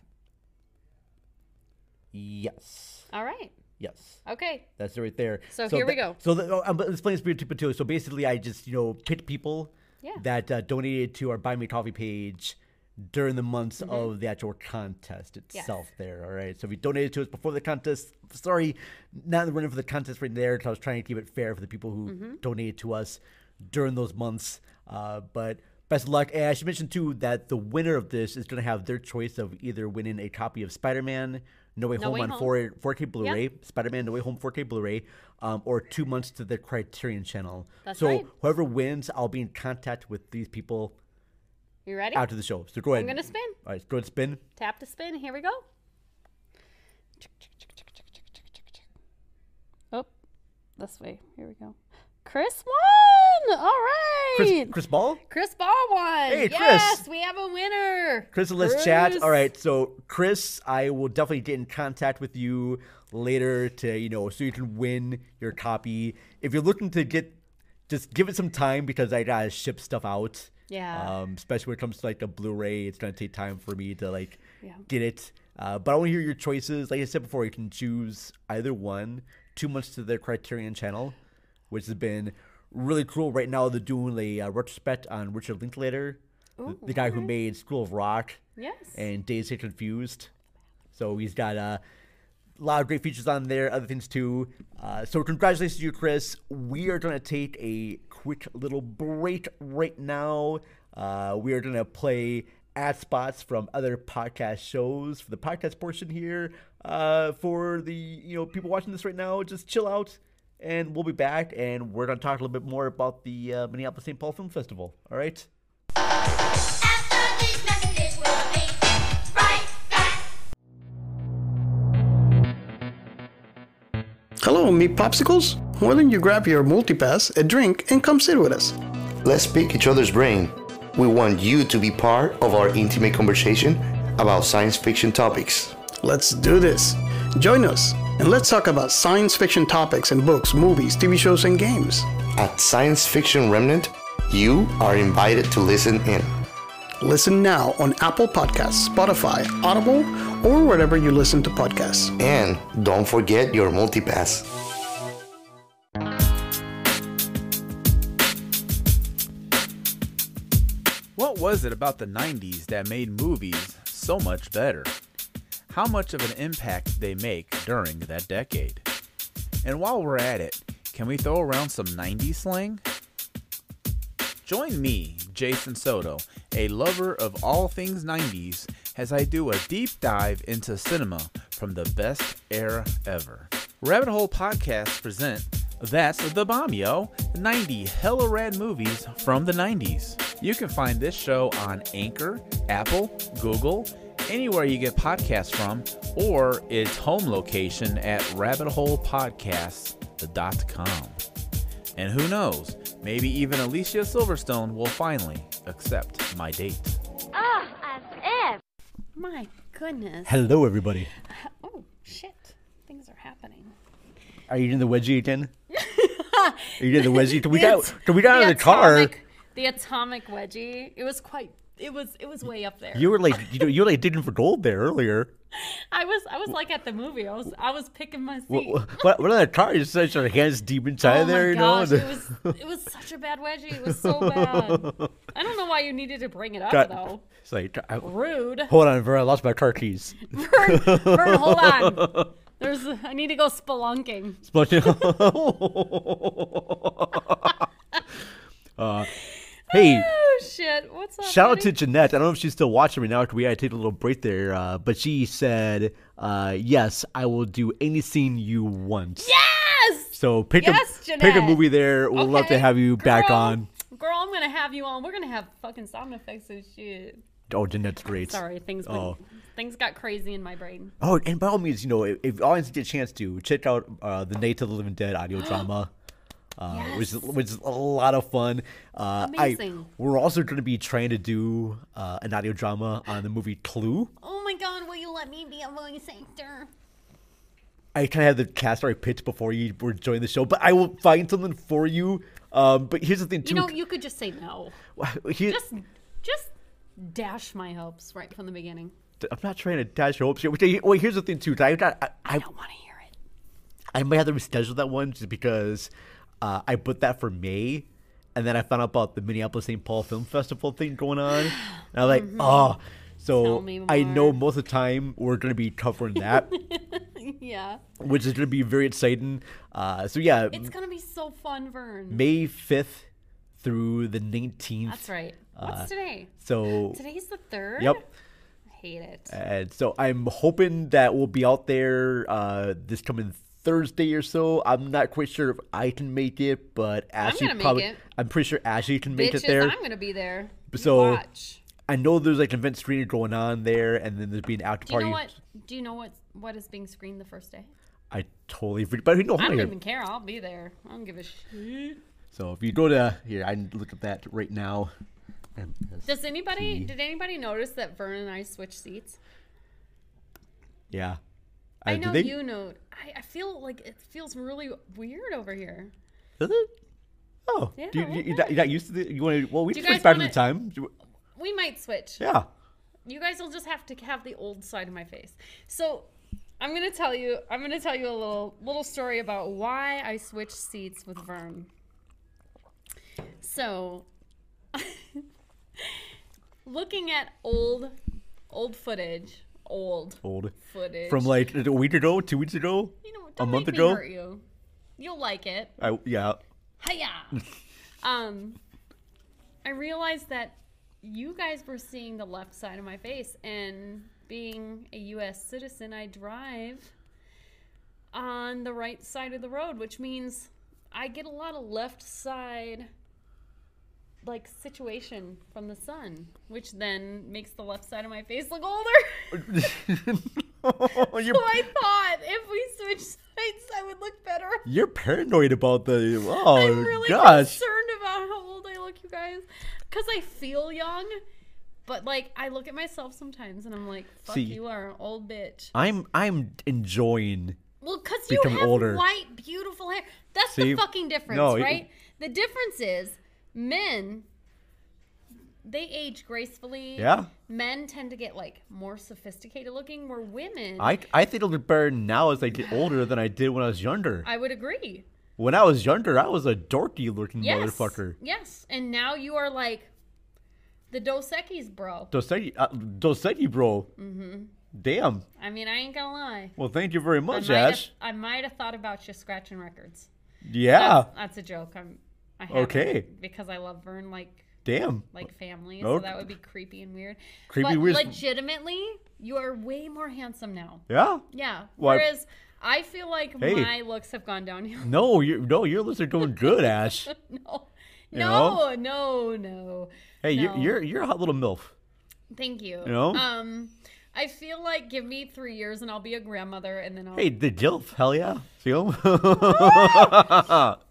yes, All right. yes. Okay. That's it right there. So here we that- go. So the, oh, I'm explaining Spirit to Patoo. So basically, I just you know picked people Yeah. that uh, donated to our Buy Me Coffee page during the months of the actual contest Mm-hmm. Yes. itself. There, all right. So if you donated to us before the contest, sorry, not in the running for the contest right there. 'cause I was trying to keep it fair for the people who Mhm. donated to us during those months. Uh, but best of luck. And I should mention too that the winner of this is going to have their choice of either winning a copy of Spider-Man. No Way No Home Way on Home. 4 4K Blu-ray, Spider-Man: No Way Home 4K Blu-ray, um, or two months to the Criterion Channel. That's so right. whoever wins, I'll be in contact with these people You ready? After the show. So go ahead. I'm gonna spin. All right, go ahead and spin. Tap to spin. Here we go. Oh, this way. Here we go. Chris won. All right. Chris, Chris Ball? Chris Ball won. Hey, yes, Chris. we have a winner. Chris, let's chat. All right, so Chris, I will definitely get in contact with you later to you know so you can win your copy. If you're looking to get, just give it some time because I gotta ship stuff out. Yeah. Um, especially when it comes to like the Blu-ray, it's gonna take time for me to like Yeah. get it. Uh, but I want to hear your choices. Like I said before, you can choose either one. Two months to the Criterion Channel, which has been really cool. Right now, they're doing a uh, retrospect on Richard Linklater, th- Ooh, the guy who made School of Rock Yes. and Days Get Confused. So he's got a lot of great features on there, other things too. Uh, so congratulations to you, Chris. We are going to take a quick little break right now. Uh, we are going to play ad spots from other podcast shows for the podcast portion here. Uh, for the you know people watching this right now, just chill out. And we'll be back, and we're gonna talk a little bit more about the uh, Minneapolis St. Paul Film Festival. All right. Hello, meat popsicles? Why don't you grab your multipass, a drink, and come sit with us? Let's pick each other's brain. We want you to be part of our intimate conversation about science fiction topics. Let's do this. Join us and let's talk about science fiction topics in books, movies, TV shows, and games. At Science Fiction Remnant, you are invited to listen in. Listen now on Apple Podcasts, Spotify, Audible, or wherever you listen to podcasts. And don't forget your multipass. What was it about the 90s that made movies so much better? How much of an impact did they make during that decade? And while we're at it, can we throw around some 90s slang? Join me, Jason Soto, a lover of all things 90s, as I do a deep dive into cinema from the best era ever. Rabbit Hole Podcast present That's the Bomb Yo 90 Hella Rad Movies from the 90s. You can find this show on Anchor, Apple, Google, anywhere you get podcasts from, or its home location at rabbitholepodcast.com. And who knows, maybe even Alicia Silverstone will finally accept my date. Ah, as if. My goodness. Hello, everybody. Oh shit! Things are happening. Are you doing the wedgie again? Are you doing the wedgie? Can we got can we got out of the car? atomic- The atomic wedgie. It was quite. It was. It was way up there. You were like you know, you were like digging for gold there earlier. I was. I was like at the movie. I was. I was picking my seat. What, what, what other car? You just had your hands deep inside oh there, my you know. gosh! It was. It was such a bad wedgie. It was so bad. I don't know why you needed to bring it up Got- though. It's like I- Rude. Hold on, Vern. I lost my car keys. Vern, Vern, hold on. There's. I need to go spelunking. uh, hey, Oh shit! What's up? Shout out buddy? to Jeanette. I don't know if she's still watching me now. after We had to take a little break there, uh, but she said, uh, "Yes, I will do any scene you want." Yes. So pick Yes, a pick a Jeanette. movie there. We'll love to Okay, have you back girl. on. Girl, I'm gonna have you on. We're gonna have fucking sound effects and shit. Oh, Jeanette's great. Sorry, things went, Oh. things got crazy in my brain. Oh, and by all means, you know, if, if all audience get a chance to check out uh, the Night of the Living Dead audio drama, uh, which is- which is a lot of fun. Uh, I- Amazing. we're also going to be trying to do uh, an audio drama on the movie Clue. Oh my god, will you let me be a voice actor? I kind of had the cast already pitched before you were joining the show, but I will find something for you. Um, but here's the thing, You too. know, you could just say no. Here- Just, just dash my hopes right from the beginning. I'm not trying to dash your hopes here. Wait, wait, here's the thing too. I, I, I, don't want to hear it. I might have to reschedule that one just because uh, I put that for May, and then I found out about the Minneapolis St. Paul Film Festival thing going on, and I'm like, Mhm. oh. Tell So me I know more. most of the time we're going to be covering that, yeah, which is going to be very exciting. Uh, so yeah, it's gonna be so fun, Vern. May 5th through the 19th. That's right. What's Uh, today? So today's the third. Yep. Uh, I hate it. And so I'm hoping that we'll be out there uh, this coming Thursday or so. I'm not quite sure if I can make it, but Ashley gonna make probably. it. I'm pretty sure Ashley can make Bitches, it there. I'm gonna be there. You so watch. I know there's like an event screener going on there, and then there's being an after Do you party. know what? Do you know what what is being screened the first day? I totally forget, but we know I how don't here. even care. I'll be there. I don't give a shit. So if you go to here, I can look at that right now. And let's Does anybody see. did anybody notice that Vern and I switched seats? Yeah. Uh, I do know they- you know. I, I feel like it feels really weird over here. Does it? Oh, Yeah, do you, a you, little you're, not, you're not used to the. You want to? Well, we Do you just guys went back to the wanna- time. Do you- We might switch. Yeah. You guys will just have to have the old side of my face. So I'm gonna tell you I'm gonna tell you a little little story about why I switched seats with Vern. So looking at old old footage. Old Old footage. From like a week ago, two weeks ago, You know, don't a month make me ago. hurt you. You'll like it. I, yeah. Hiya. um, I realized that you guys were seeing the left side of my face, and being a U.S. citizen, I drive on the right side of the road, which means I get a lot of left side like situation from the sun, which then makes the left side of my face look older. Oh, you're so I thought if we switched sides, I would look better. you're paranoid about the. Oh I'm really gosh. concerned about how old I look, you guys, because I feel young, but like I look at myself sometimes and I'm like, "Fuck, See- you are an old bitch." I'm I'm enjoying. Well, because you become have older. white, beautiful hair. That's See? the fucking difference, No, you- right? The difference is men. They age gracefully. Yeah. Men tend to get like more sophisticated looking, where women. I I think it'll look better now as I get older than I did when I was younger. I would agree. When I was younger, I was a dorky looking Yes. motherfucker. Yes. And now you are like the Dos Equis, bro. Dos Equis- uh, Dos Equis, bro. Mm-hmm. Damn. I mean, I ain't gonna lie. Well, thank you very much, I might Ash. Have, I might have thought about you scratching records. Yeah. That's, that's a joke. I'm. I haven't, Ah. Okay. Because I love Vern like. Damn. Like family, so Okay. that would be creepy and weird. Creepy, but weird- Legitimately, you are way more handsome now. Yeah? Yeah. Why- Whereas I feel like Hey. my looks have gone downhill. No, you no, your lips are doing good, Ash. no. You No, know? no, no. Hey, you no. you're you're a hot little milf. Thank you. You know? Um, I feel like give me three years and I'll be a grandmother, and then I'll. Hey, the Dilf, hell yeah. See him?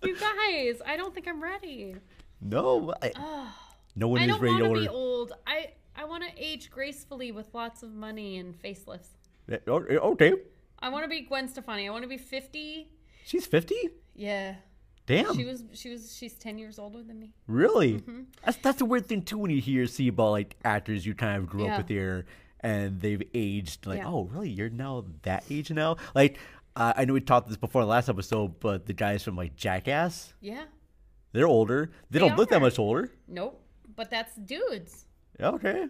you guys, I don't think I'm ready. no, I, Ugh. no one Ah. I is don't ready want to to be order. old. I I want to age gracefully with lots of money and facelifts. Eh, oh, eh, Okay, I want to be Gwen Stefani. I want to be fifty. she's fifty. Yeah. Damn. She was. She was. She's ten years older than me. Really? Mhm. That's that's the weird thing too when you hear see about like actors you kind of grew Yeah. up with here and they've aged. Like, Yeah. oh, really? You're now that age now? Like, uh, I know we talked this before in the last episode, but the guys from like Jackass, Yeah. they're older. They, They don't look are. that much older. Nope. But that's dudes. Okay.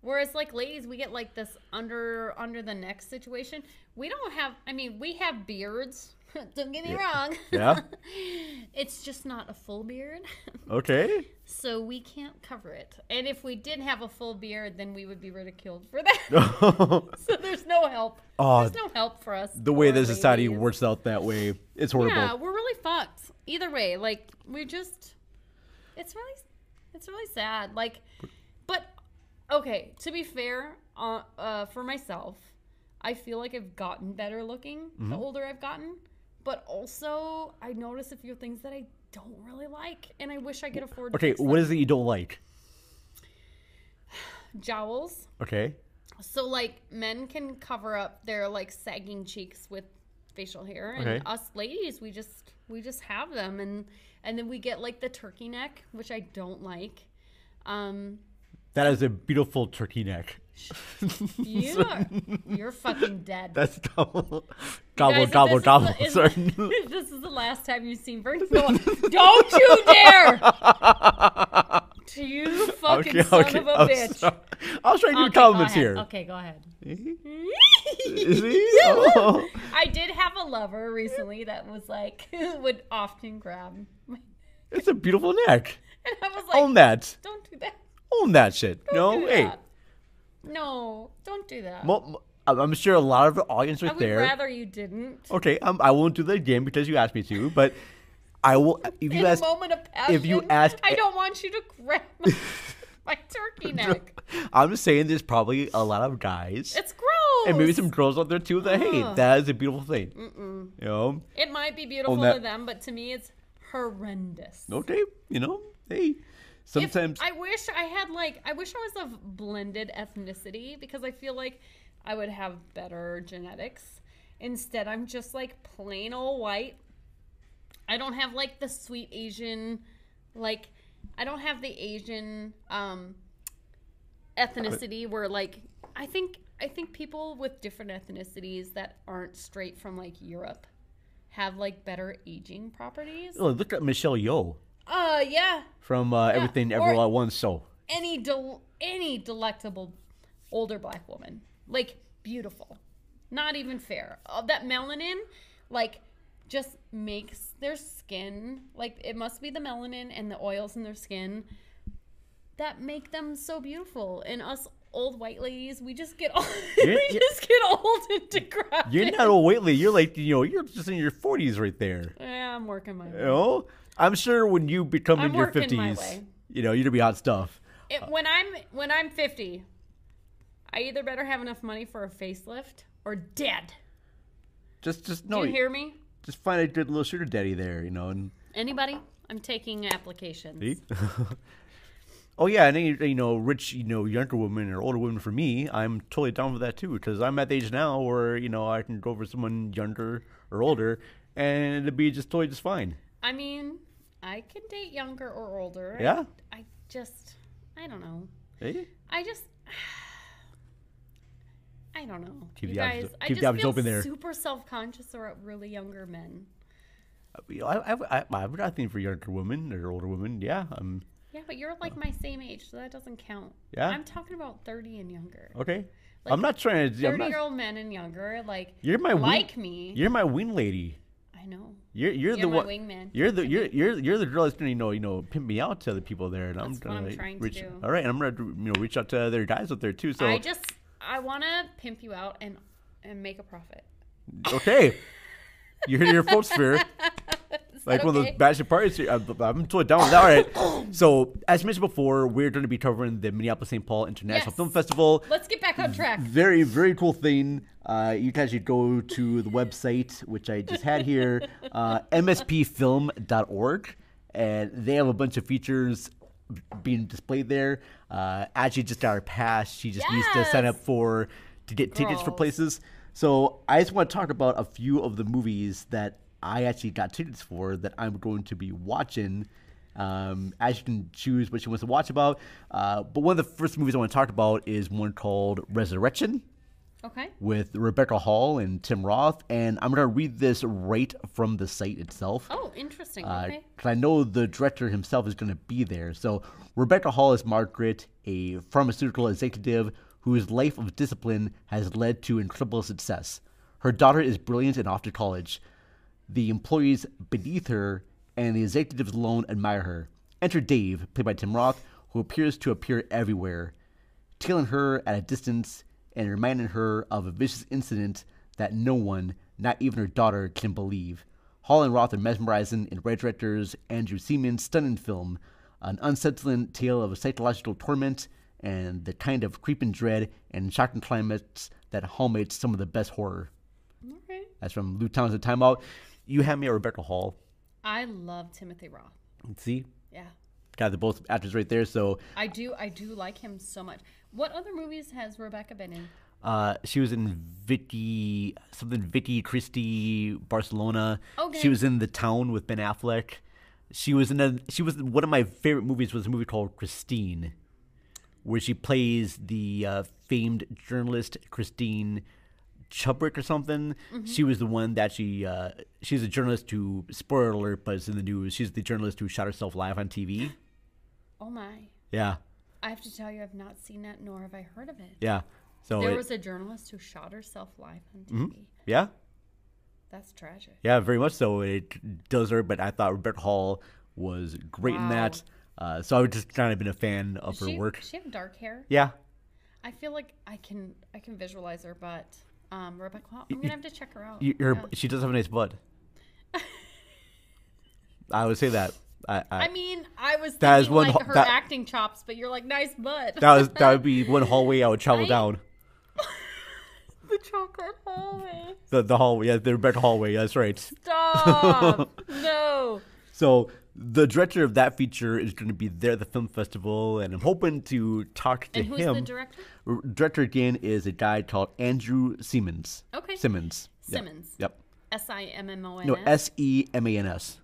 Whereas like ladies, we get like this under under the neck situation. We don't have. I mean, we have beards. don't get me Yeah. wrong. Yeah. it's just not a full beard, Okay. so we can't cover it. And if we did have a full beard, then we would be ridiculed for that. the so there's no help. Oh, there's no help for us. way poor that society ladies. works out that way, it's horrible. Yeah, we're really fucked. Either way, like we just it's really it's really sad. Like but okay, to be fair, uh, uh for myself, I feel like I've gotten better looking the Mm-hmm. Mhm. older I've gotten, but also I notice a few things that I don't really like and I wish I could afford to Okay, fix what them. is it you don't like? jowls. Okay. So like men can cover up their like sagging cheeks with facial hair and Okay. us ladies we just we just have them and and then we get like the turkey neck which I don't like. Um That is a beautiful turkey neck. you are you're fucking dead. That's double. You guys, Gobble, if gobble, this is gobble. the- if- Sorry. if this is the last time you've seen Vern. Go, don't you dare! you fucking son of a I'm bitch. sorry. I was trying to do Okay, go compliments ahead. here. Okay, go ahead. See? Oh. I did have a lover recently that was like would often grab, my- It's a beautiful neck. and I was like, Own that. Don't do that. Own that shit. no, do hey. that. No, don't do that. Mo- mo- I'm I'm sure a lot of the audience I right would there. rather you didn't. Okay, um, I won't do that again because you asked me to, but I will. If you In ask, a moment of passion, if you ask, I don't want you to grab. My- my turkey neck. I'm just saying, there's probably a lot of guys. It's gross. And maybe some girls out there too that hey, Ugh. that is a beautiful thing. Mm-mm. You know, It might be beautiful that- to them, but to me, it's horrendous. okay, you know, hey, If- sometimes I wish I had like I wish I was of blended ethnicity because I feel like I would have better genetics. Instead, I'm just like plain old white. I don't have like the sweet Asian, like I don't have the Asian um, ethnicity where like I think I think people with different ethnicities that aren't straight from like Europe have like better aging properties. oh, look at Michelle Yeoh Uh, yeah, from uh, Yeah, Everything or- Ever All at Once. So any del- any delectable older black woman like beautiful not even fair Uh, that melanin like just makes their skin like it must be the melanin and the oils in their skin that make them so beautiful and us old white ladies we just get old You're- we you're- just get old and decrepit you're not old Waitley. You're like you know, you're just in your 40s right there. yeah i'm working my You way know, I'm sure when you become I'm in your working my 50s, way. you know, you're gonna be hot stuff. It, when I'm when I'm 50, I either better have enough money for a facelift or dead. Just, just no. Do you hear me? Just find a good little sugar daddy there, you know, and Anybody? I'm taking applications. See? oh yeah, and then, you you know, rich, you know, younger women or older women for me, I'm totally down for that too because I'm at the age now where you know I can go for someone younger or older, and it'd be just totally just fine. I mean, I can date younger or older. I- Yeah. I, just I don't know. Eh? I just I don't know. Keep you the guys, options- I keep the just options feel open there. super self-conscious about really younger men. You know, I, I, I, I've got a thing for younger women or older women. Yeah, I'm Yeah, but you're like my same age, so that doesn't count. Oh. Yeah. I'm talking about 30 and younger. okay. Like, I'm not trying to. I'm 30 not. year old men and younger, like You're my wing- like me. You're my wing lady. I know. You're you're, the You're my one. wingman. You're the you're you're you're the girl that's gonna you know you know pimp me out to other people there, and I'm That's what gonna I'm trying to reach. do. All right, and I'm gonna you know reach out to other guys out there too. So I just I want to pimp you out and and make a profit. okay, you heard your folks here. Like one of those okay? bachelor parties. here. I'm, I'm totally down with that. All right. So as mentioned before, we're going to be covering the Minneapolis St. Paul International Yes. Film Festival. Let's get back on track. Very, very cool thing. Uh, you guys should go to the website, which I just had here, uh, mspfilm.org, and they have a bunch of features being displayed there. Uh, Ashley just got her pass. She just needs to sign up for to get tickets for Girls. places. So I just want to talk about a few of the movies that I actually got tickets for that I'm going to be watching. Um, Ashley can choose what she wants to watch about. Uh, but one of the first movies I want to talk about is one called Resurrection Okay. with Rebecca Hall and Tim Roth. And I'm going to read this right from the site itself. Oh, interesting. Because okay. I know the director himself is going to be there. So, Rebecca Hall is Margaret, a pharmaceutical executive whose life of discipline has led to incredible success. Her daughter is brilliant and off to college. The employees beneath her and the executives alone admire her. Enter Dave, played by Tim Roth, who appears to appear everywhere, tailing her at a distance and reminding her of a vicious incident that no one, not even her daughter, can believe. Hall and Roth are mesmerizing in Red Director's Andrew Seaman's stunning film, an unsettling tale of psychological torment and the kind of creeping dread and shocking climates that hallmates some of the best horror. Okay. That's from Lou Townsend Time Out. You have me at Rebecca Hall. I love Timothy Roth. See? Yeah. Got the both actors right there. So I do I do like him so much. What other movies has Rebecca been in? uh, she was in Vicky, something Vicky Christie, Barcelona. Okay. She was in The Town with Ben Affleck. She was in a, she was in one of my favorite movies was a movie called Christine, where she plays the uh, famed journalist Christine Chubbuck or something. Mm-hmm. Mhm. She was the one that she uh, she's a journalist who spoiler alert, but it's in the news. She's the journalist who shot herself live on TV. Oh my. Yeah, I have to tell you I've not seen that nor have I heard of it. yeah. So there it- was a journalist who shot herself live on TV. mhm. yeah. That's tragic. Yeah, very much so. It does her, but I thought Rebecca Hall was great in Wow. that. Uh, so I've just kind of been a fan of Does her she, work. She have dark hair. Yeah. I feel like I can I can visualize her, but um, Rebecca, Hall- I'm gonna have to check her out. Y- her- Yeah. She does have a nice butt. I would say that. I, I mean, I was That is thinking one like ho- her that- acting chops, but you're like nice butt. that was that would be one hallway I would travel down. the chocolate hallway. The the hallway, yeah, the Rebecca hallway. That's right. Stop. no. So the director of that feature is going to be there at the film festival, and I'm hoping to talk to And who's the him. director? R- director again is a guy called Andrew Simmons. Okay. Simmons. Yep. Simmons. Yep. S i m m o n. No, S E M A N S.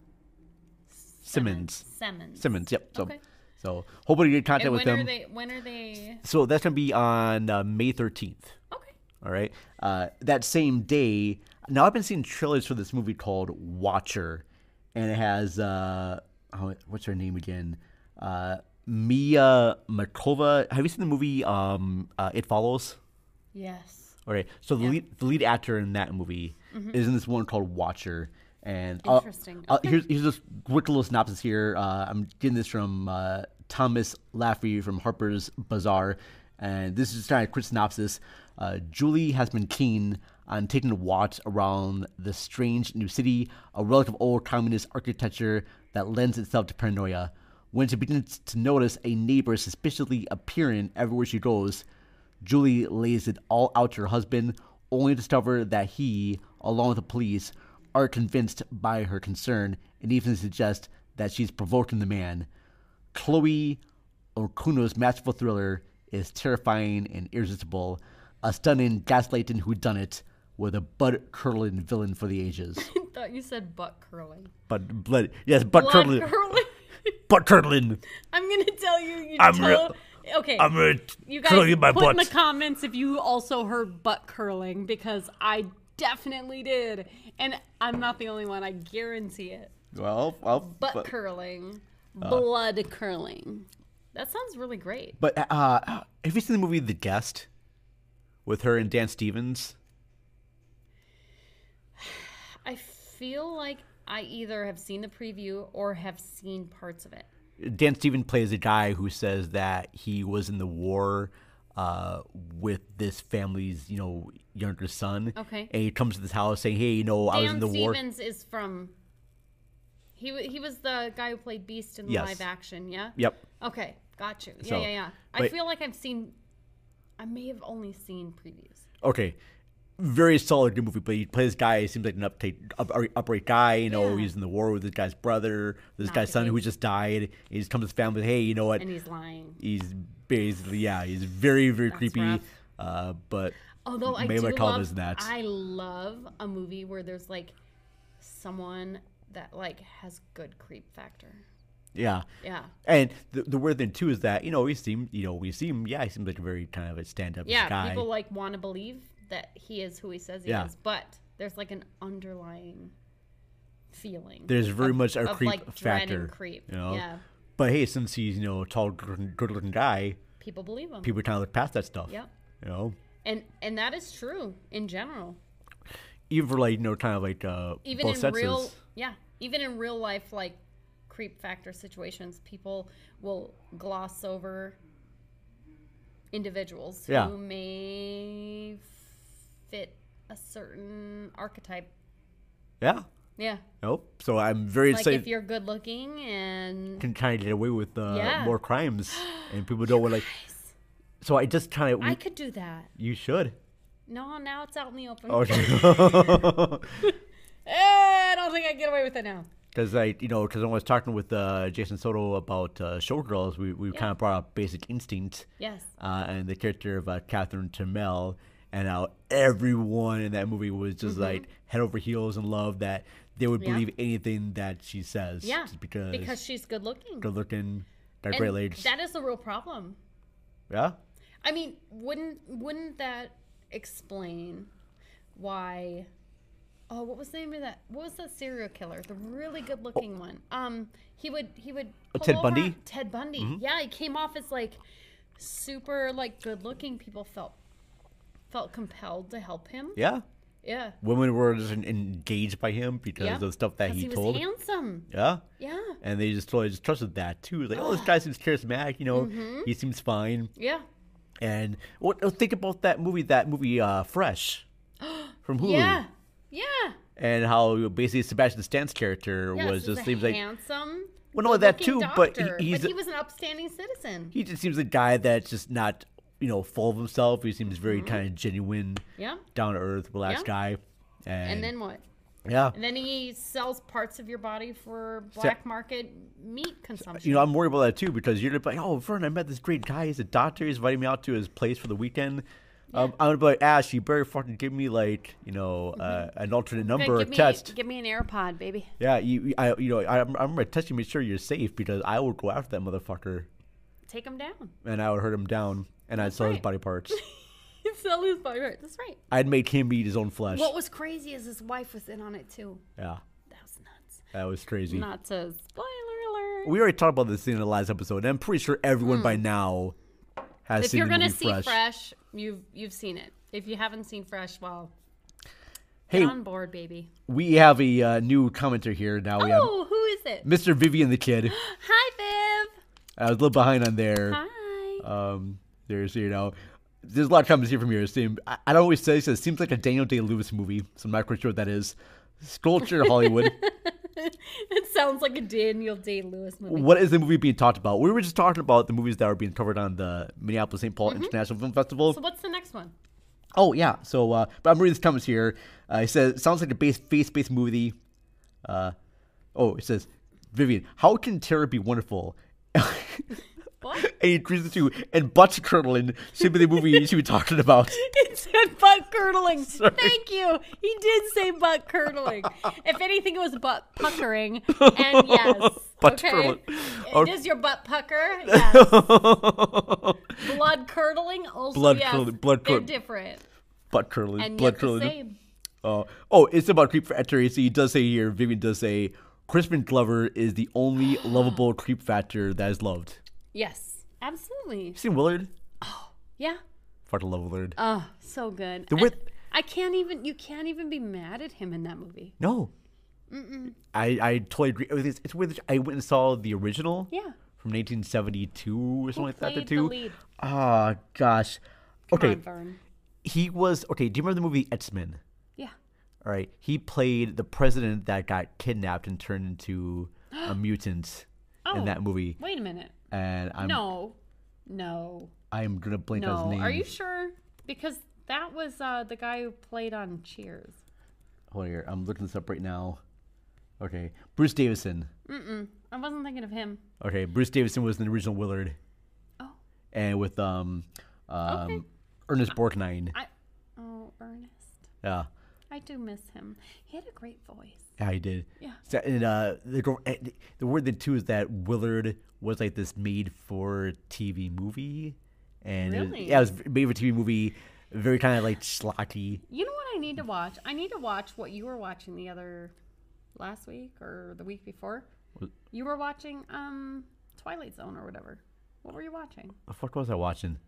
Simmons. Simmons. Simmons. Yep. So, Okay. so hoping to get in contact And with when them. are they? When are they? So that's gonna be on uh, May 13th. Okay. All right. Uh, that same day. Now I've been seeing trailers for this movie called Watcher, and it has uh, oh, what's her name again? Uh, Mia Makova. Have you seen the movie um, uh, It Follows? Yes. All right. So the lead the lead actor in that movie Mhm. is in this one called Watcher. And I'll- Interesting. I'll- Okay. here's here's just quick little synopsis here. Uh, I'm getting this from uh, Thomas Laffey from Harper's Bazaar, and this is just kind of a quick synopsis. Uh, Julie has been keen on taking a watch around the strange new city, a relic of old communist architecture that lends itself to paranoia. When she begins to notice a neighbor suspiciously appearing everywhere she goes, Julie lays it all out to her husband, only to discover that he, along with the police, are convinced by her concern and even suggest that she's provoking the man. Chloe Okuno's masterful thriller is terrifying and irresistible, a stunning, gaslighting whodunit with a butt curling villain for the ages. I thought you said butt curling. But blood, yes, butt Blood curling, curling. butt curling. I'm gonna tell you. you I'm tell, real- Okay. I'm gonna t- You guys curl you my put in the butt. comments if you also heard butt curling because I definitely did, and I'm not the only one. I guarantee it. Well, I'll, Butt curling, Uh, blood curling. That sounds really great. But uh, have you seen the movie The Guest with her and Dan Stevens? I feel like I either have seen the preview or have seen parts of it. Dan Stevens plays a guy who says that he was in the war uh, with this family's, you know, younger son. Okay. And he comes to this house saying, "Hey, you know, I was Dan in the war." Stevens is from. He wa- he was the guy who played Beast in the Yes. live action. Yeah. Yep. Okay, got you. Yeah, So, yeah, yeah. I but- feel like I've seen. I may have only seen previews. Okay. Very solid good movie, but he plays guy. He seems like an uptight, up, upright guy. You know, he's in the war with this guy's brother, this Not guy's son who his. just died. He just comes to his family. Hey, you know what? And he's lying. He's basically yeah. He's very very creepy. Uh, but Although I May do McCallum love, is that. I love a movie where there's like someone that like has good creep factor. Yeah. Yeah. And the, the weird thing too is that you know we seem you know we seem yeah he seems like a very kind of a stand up yeah, guy. people like want to believe that he is who he says he Yeah. is, but there's like an underlying feeling. There's very of- much a of, creep like, dread factor. and creep. You know? Yeah. But hey, since he's you know a tall good looking guy, People believe him. People kind of look past that stuff. Yep. You know, And and that is true in general. even for like you know kind of like uh, even both in sexes. real yeah even in real life like creep factor situations people will gloss over individuals Yeah. who may fit a certain archetype yeah. yeah Nope. So I'm very like excited. if you're good looking and can kind of get away with uh, Yeah. more crimes, and people don't want like. So I just kind of. i could do that You should. no now it's out in the open Okay. Eh, i don't think i can get away with it now Because I, you know, because when I was talking with uh, Jason Soto about uh, Showgirls, we, we kind of brought up Basic Instinct. Yes. Uh, and the character of uh, Catherine Tamel, and how everyone in that movie was just Mhm. like head over heels in love that they would Yeah. believe anything that she says. yeah just because she's good looking good looking, got And great legs. that is the real problem yeah. I mean, wouldn't wouldn't that explain why? Oh, what was the name of that? What was that serial killer? The really good looking one. Um, he would he would. Oh, pull Ted over- Bundy? Ted Bundy. Mhm. Yeah, he came off as like super like good looking. People felt felt compelled to help him. Yeah. Yeah. Women were just en- engaged by him because Yeah, of the stuff that 'cause he, he was told. handsome. Yeah. Yeah. And they just totally just trusted that too. Like, oh, this guy seems charismatic. You know, Mhm. he seems fine. Yeah. And what oh, think about that movie? That movie, uh, Fresh, from Hulu, Yeah. Yeah. and how basically Sebastian Stan's character Yeah, was this is just a seems like handsome Well, not only that too, good-looking but he- doctor, he's he was an upstanding citizen. he just seems a guy that's just not you know full of himself. He seems very kind of genuine, Mm-hmm. Yeah. down to earth, relaxed Yeah. guy. And, and, then what? yeah, And then he sells parts of your body for black market meat consumption. you know I'm worried about that too because you're gonna be like, oh, Vern, I met this great guy. He's a doctor. He's inviting me out to his place for the weekend. Um, I'm gonna be like, Ash, you better fucking give me like you know uh, an alternate Okay, number or Mm-hmm. give me, test. Give me an AirPod, baby. Yeah, you, you- I, you know, I, I'm, I'm gonna test you, make sure you're safe because I would go after that motherfucker Take him down. and I would hurt him down and I'd sell his right. body parts. Sell his body. part. That's right. I'd make him eat his own flesh. What was crazy is his wife was in on it too. yeah, That was nuts. that was crazy. Not to spoiler alert. we already talked about this in the last episode, and I'm pretty sure everyone by now has Hmm. if seen you're the gonna movie see Fresh. Fresh. you've you've seen it. If you haven't seen Fresh, well, get Hey. on board, baby. We have a uh, new commenter here now. We have Oh, who is it? Mr. Vivian the Kid. Hi, Viv. I was a little behind on there. Hi. Um, there's you know, there's a lot of comments here from here. It seem- I, I don't always say this. It seems like a Daniel Day Lewis movie, so I'm not quite sure what that is. Sculpture Hollywood. it sounds like a Daniel Day Lewis movie. what is the movie being talked about? We were just talking about the movies that were being covered on the Minneapolis St. Paul International Film Festival. So what's the next one? oh yeah. So, uh, but I'm reading these comments here. Uh, it says sounds like a base face-based movie. Uh, oh, it says Vivian, how can terror be wonderful? What? And he agrees to and butt curdling should be the movie you should be talking about. It said butt curdling. Thank you. He did say butt curdling. if anything, it was butt puckering. And yes, Butt okay? curdling. It Okay. is your butt pucker. Yes. blood curdling. Also, Blood yes. curdling, blood They're curdling. different. butt curling, And blood yet the curling. same. Oh, oh, it's about creep factor. So he does say here, Vivian does say, Crispin Glover is the only lovable creep factor that is loved. Yes, absolutely. You seen Willard? Yeah. Fucking love Willard. Oh, so good. The And width- I can't even. You can't even be mad at him in that movie. no, Mm-mm. I, I totally agree. It was- It's, it's weird. I went and saw the original. Yeah. From 1972 or something like that. played the two. lead? Ah, gosh. Come Okay. on, Vern. he was okay. Do you remember the movie X Men? Yeah. All right. He played the president that got kidnapped and turned into a mutant in that movie. Wait a minute. And I'm Oh. no. No. I'm gonna blink on no. his name. Are you sure? Because that was uh, the guy who played on Cheers. Hold here. I'm looking this up right now. Okay, Bruce Davison. Mm-mm. I wasn't thinking of him. Okay, Bruce Davison was in the original Willard. Oh. And with um, um Ernest Borgnine. I. Oh, Ernest. yeah, I do miss him. He had a great voice. yeah, he did. Yeah. So, and uh, the gr- eh, the weird thing too is that Willard was like this made for TV movie, and it was- Really? yeah, it was made for TV movie, very kind of like schlocky. You know what I need to watch? I need to watch what you were watching the other last week or the week before. What- You were watching um Twilight Zone or whatever. What were you watching? The fuck was I watching?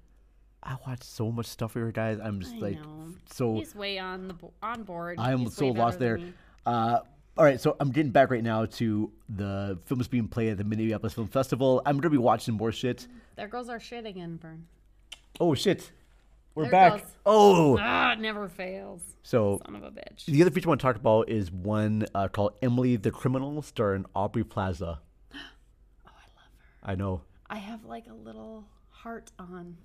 I watched so much stuff here, guys. I'm just I like know. so. he's way on the bo- on board. I am He's so way better lost than there. me. Uh, all right, so I'm getting back right now to the films being played at the Minneapolis Film Festival. I'm gonna be watching more shit. There goes our shit again, Vern. Oh shit, we're There it back. goes. Oh, ah, it never fails. so Son of a bitch. the other feature I want to talk about is one uh, called Emily the Criminal, starring Aubrey Plaza. oh, I love her. I know. I have like a little heart on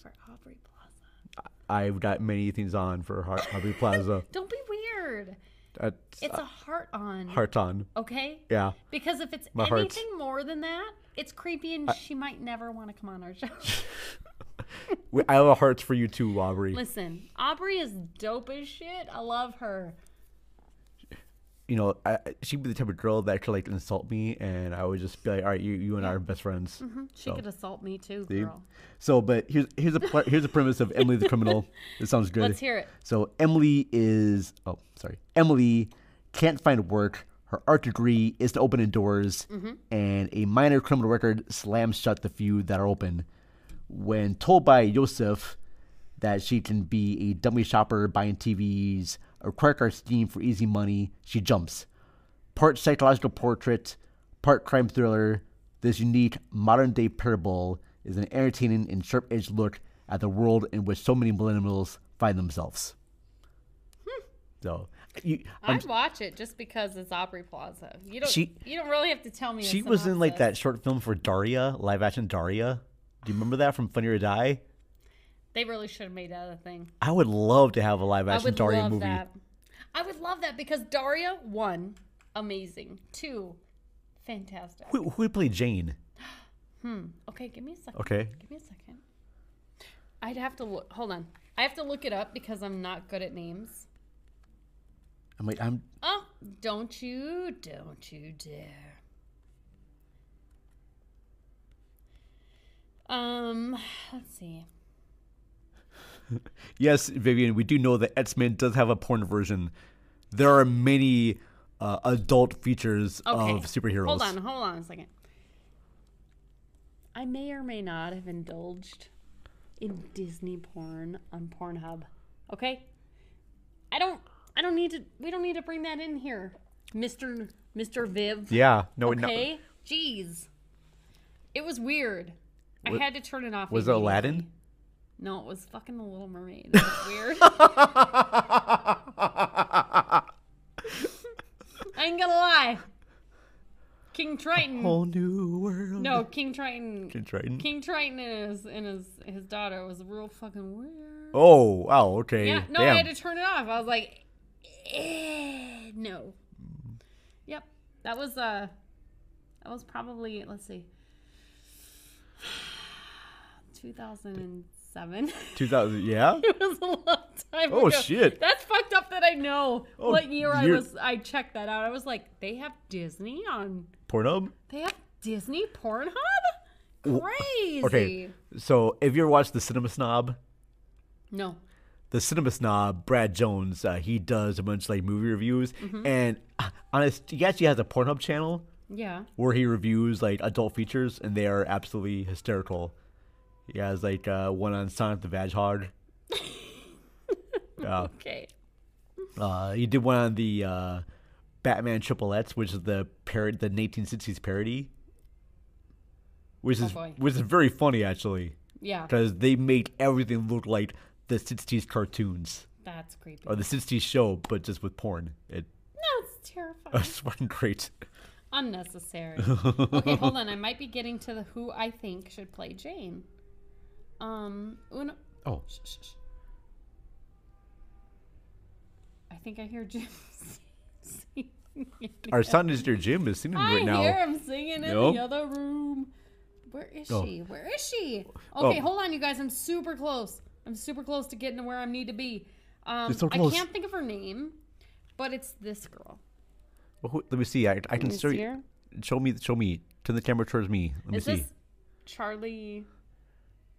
for Aubrey Plaza. I've got many things on for Har- Aubrey Plaza. Don't be weird. That's, It's uh, a heart on. heart on. Okay. Yeah. Because if it's My anything heart's- more than that, it's creepy, and I- she might never want to come on our show. We- I have a heart for you too, Aubrey. Listen, Aubrey is dope as shit. I love her. you know, I, I- she'd be the type of girl that could like insult me, and I would just be like, "All right, you, you and I are best friends." Mhm. She So, could assault me too, see? girl. So, but here's here's a pl- here's a premise of Emily the criminal. It sounds good. Let's hear it. So Emily is oh sorry, Emily can't find work. Her art degree is to open in doors, Mhm. and a minor criminal record slams shut the few that are open. When told by Yosef that she can be a dummy shopper buying TVs or credit card scheme for easy money, she jumps. Part psychological portrait, part crime thriller, this unique modern day parable is an entertaining and sharp edged look at the world in which Hmm. so many millennials find themselves. So You, I'm- I'd watch it just because it's Aubrey Plaza. You don't. She- you don't really have to tell me. a she was in like that short film for Daria, live action Daria. Do you remember that from Funny or Die? synopsis. They really should have made that a thing. I would love to have a live I action would Daria love movie. that. I would love that because Daria one, amazing. Two, fantastic. Who, who would play Jane? Hmm. Okay, give me a second. Okay. Give me a second. I'd have to look. Hold on. I have to look it up because I'm not good at names. I'm like, I'm Oh, don't you, don't you dare. Um, let's see. Yes, Vivian, we do know that X-Men does have a porn version. There are many uh, adult features Okay. of superheroes. Hold on, hold on a second. I may or may not have indulged in Disney porn on Pornhub. Okay? I don't I don't need to we don't need to bring that in here. Mr. Mr. Viv. Yeah, no, no. Okay. Jeez. It was weird. Wa- I had to turn it off. Was it immediately. Aladdin? No, it was fucking the Little Mermaid. It was weird. I ain't gonna lie. King Triton. Whole new world. No, King Triton. King Triton. King Triton and his and his his daughter was real fucking weird. Oh, wow, okay. Yeah. No, Damn. I had to turn it off. I was like, eh, no. Yep. That was uh, that was probably let's see, 2007. 2000, yeah? it was a long time ago. Oh, shit. That's fucked up that I know Oh, what year I you're- was. I checked that out. I was like, they have Disney on. Pornhub? They have Disney Pornhub. W- Crazy. Okay, so if you ever watched The Cinema Snob, No. the Cinema Snob, Brad Jones, uh, he does a bunch of like movie reviews. Mhm. And uh, honest, he actually has a Pornhub channel. Yeah. where he reviews like adult features, and they are absolutely hysterical. He has like uh, one on Sonic the Hedgehog. uh, Okay. uh, he did one on the uh, Batman Triplettes, which is the parod- the 1960s parody, which Oh, is boy. which is very funny actually. Yeah. because they make everything look like the 60s cartoons That's creepy. or the 60s show, but just with porn. It, No, it's terrifying. it's fucking great. Unnecessary. okay, hold on. I might be getting to the who I think should play Jane. Um, Una. Oh. Shh, shh, shh. I think I hear Jim singing. Our sound engineer Jim is singing I right now. hear him singing in Nope. the other room. Where is Oh. she? Where is she? Oh. Okay, hold on, you guys. I'm super close. I'm super close to getting to where I need to be. Um, You're so close. I can't think of her name, but it's this girl. Well, who- let me see. I, I can Is show here? you. Show me. Show me. Turn the camera towards me. Let me is see. this Charlie?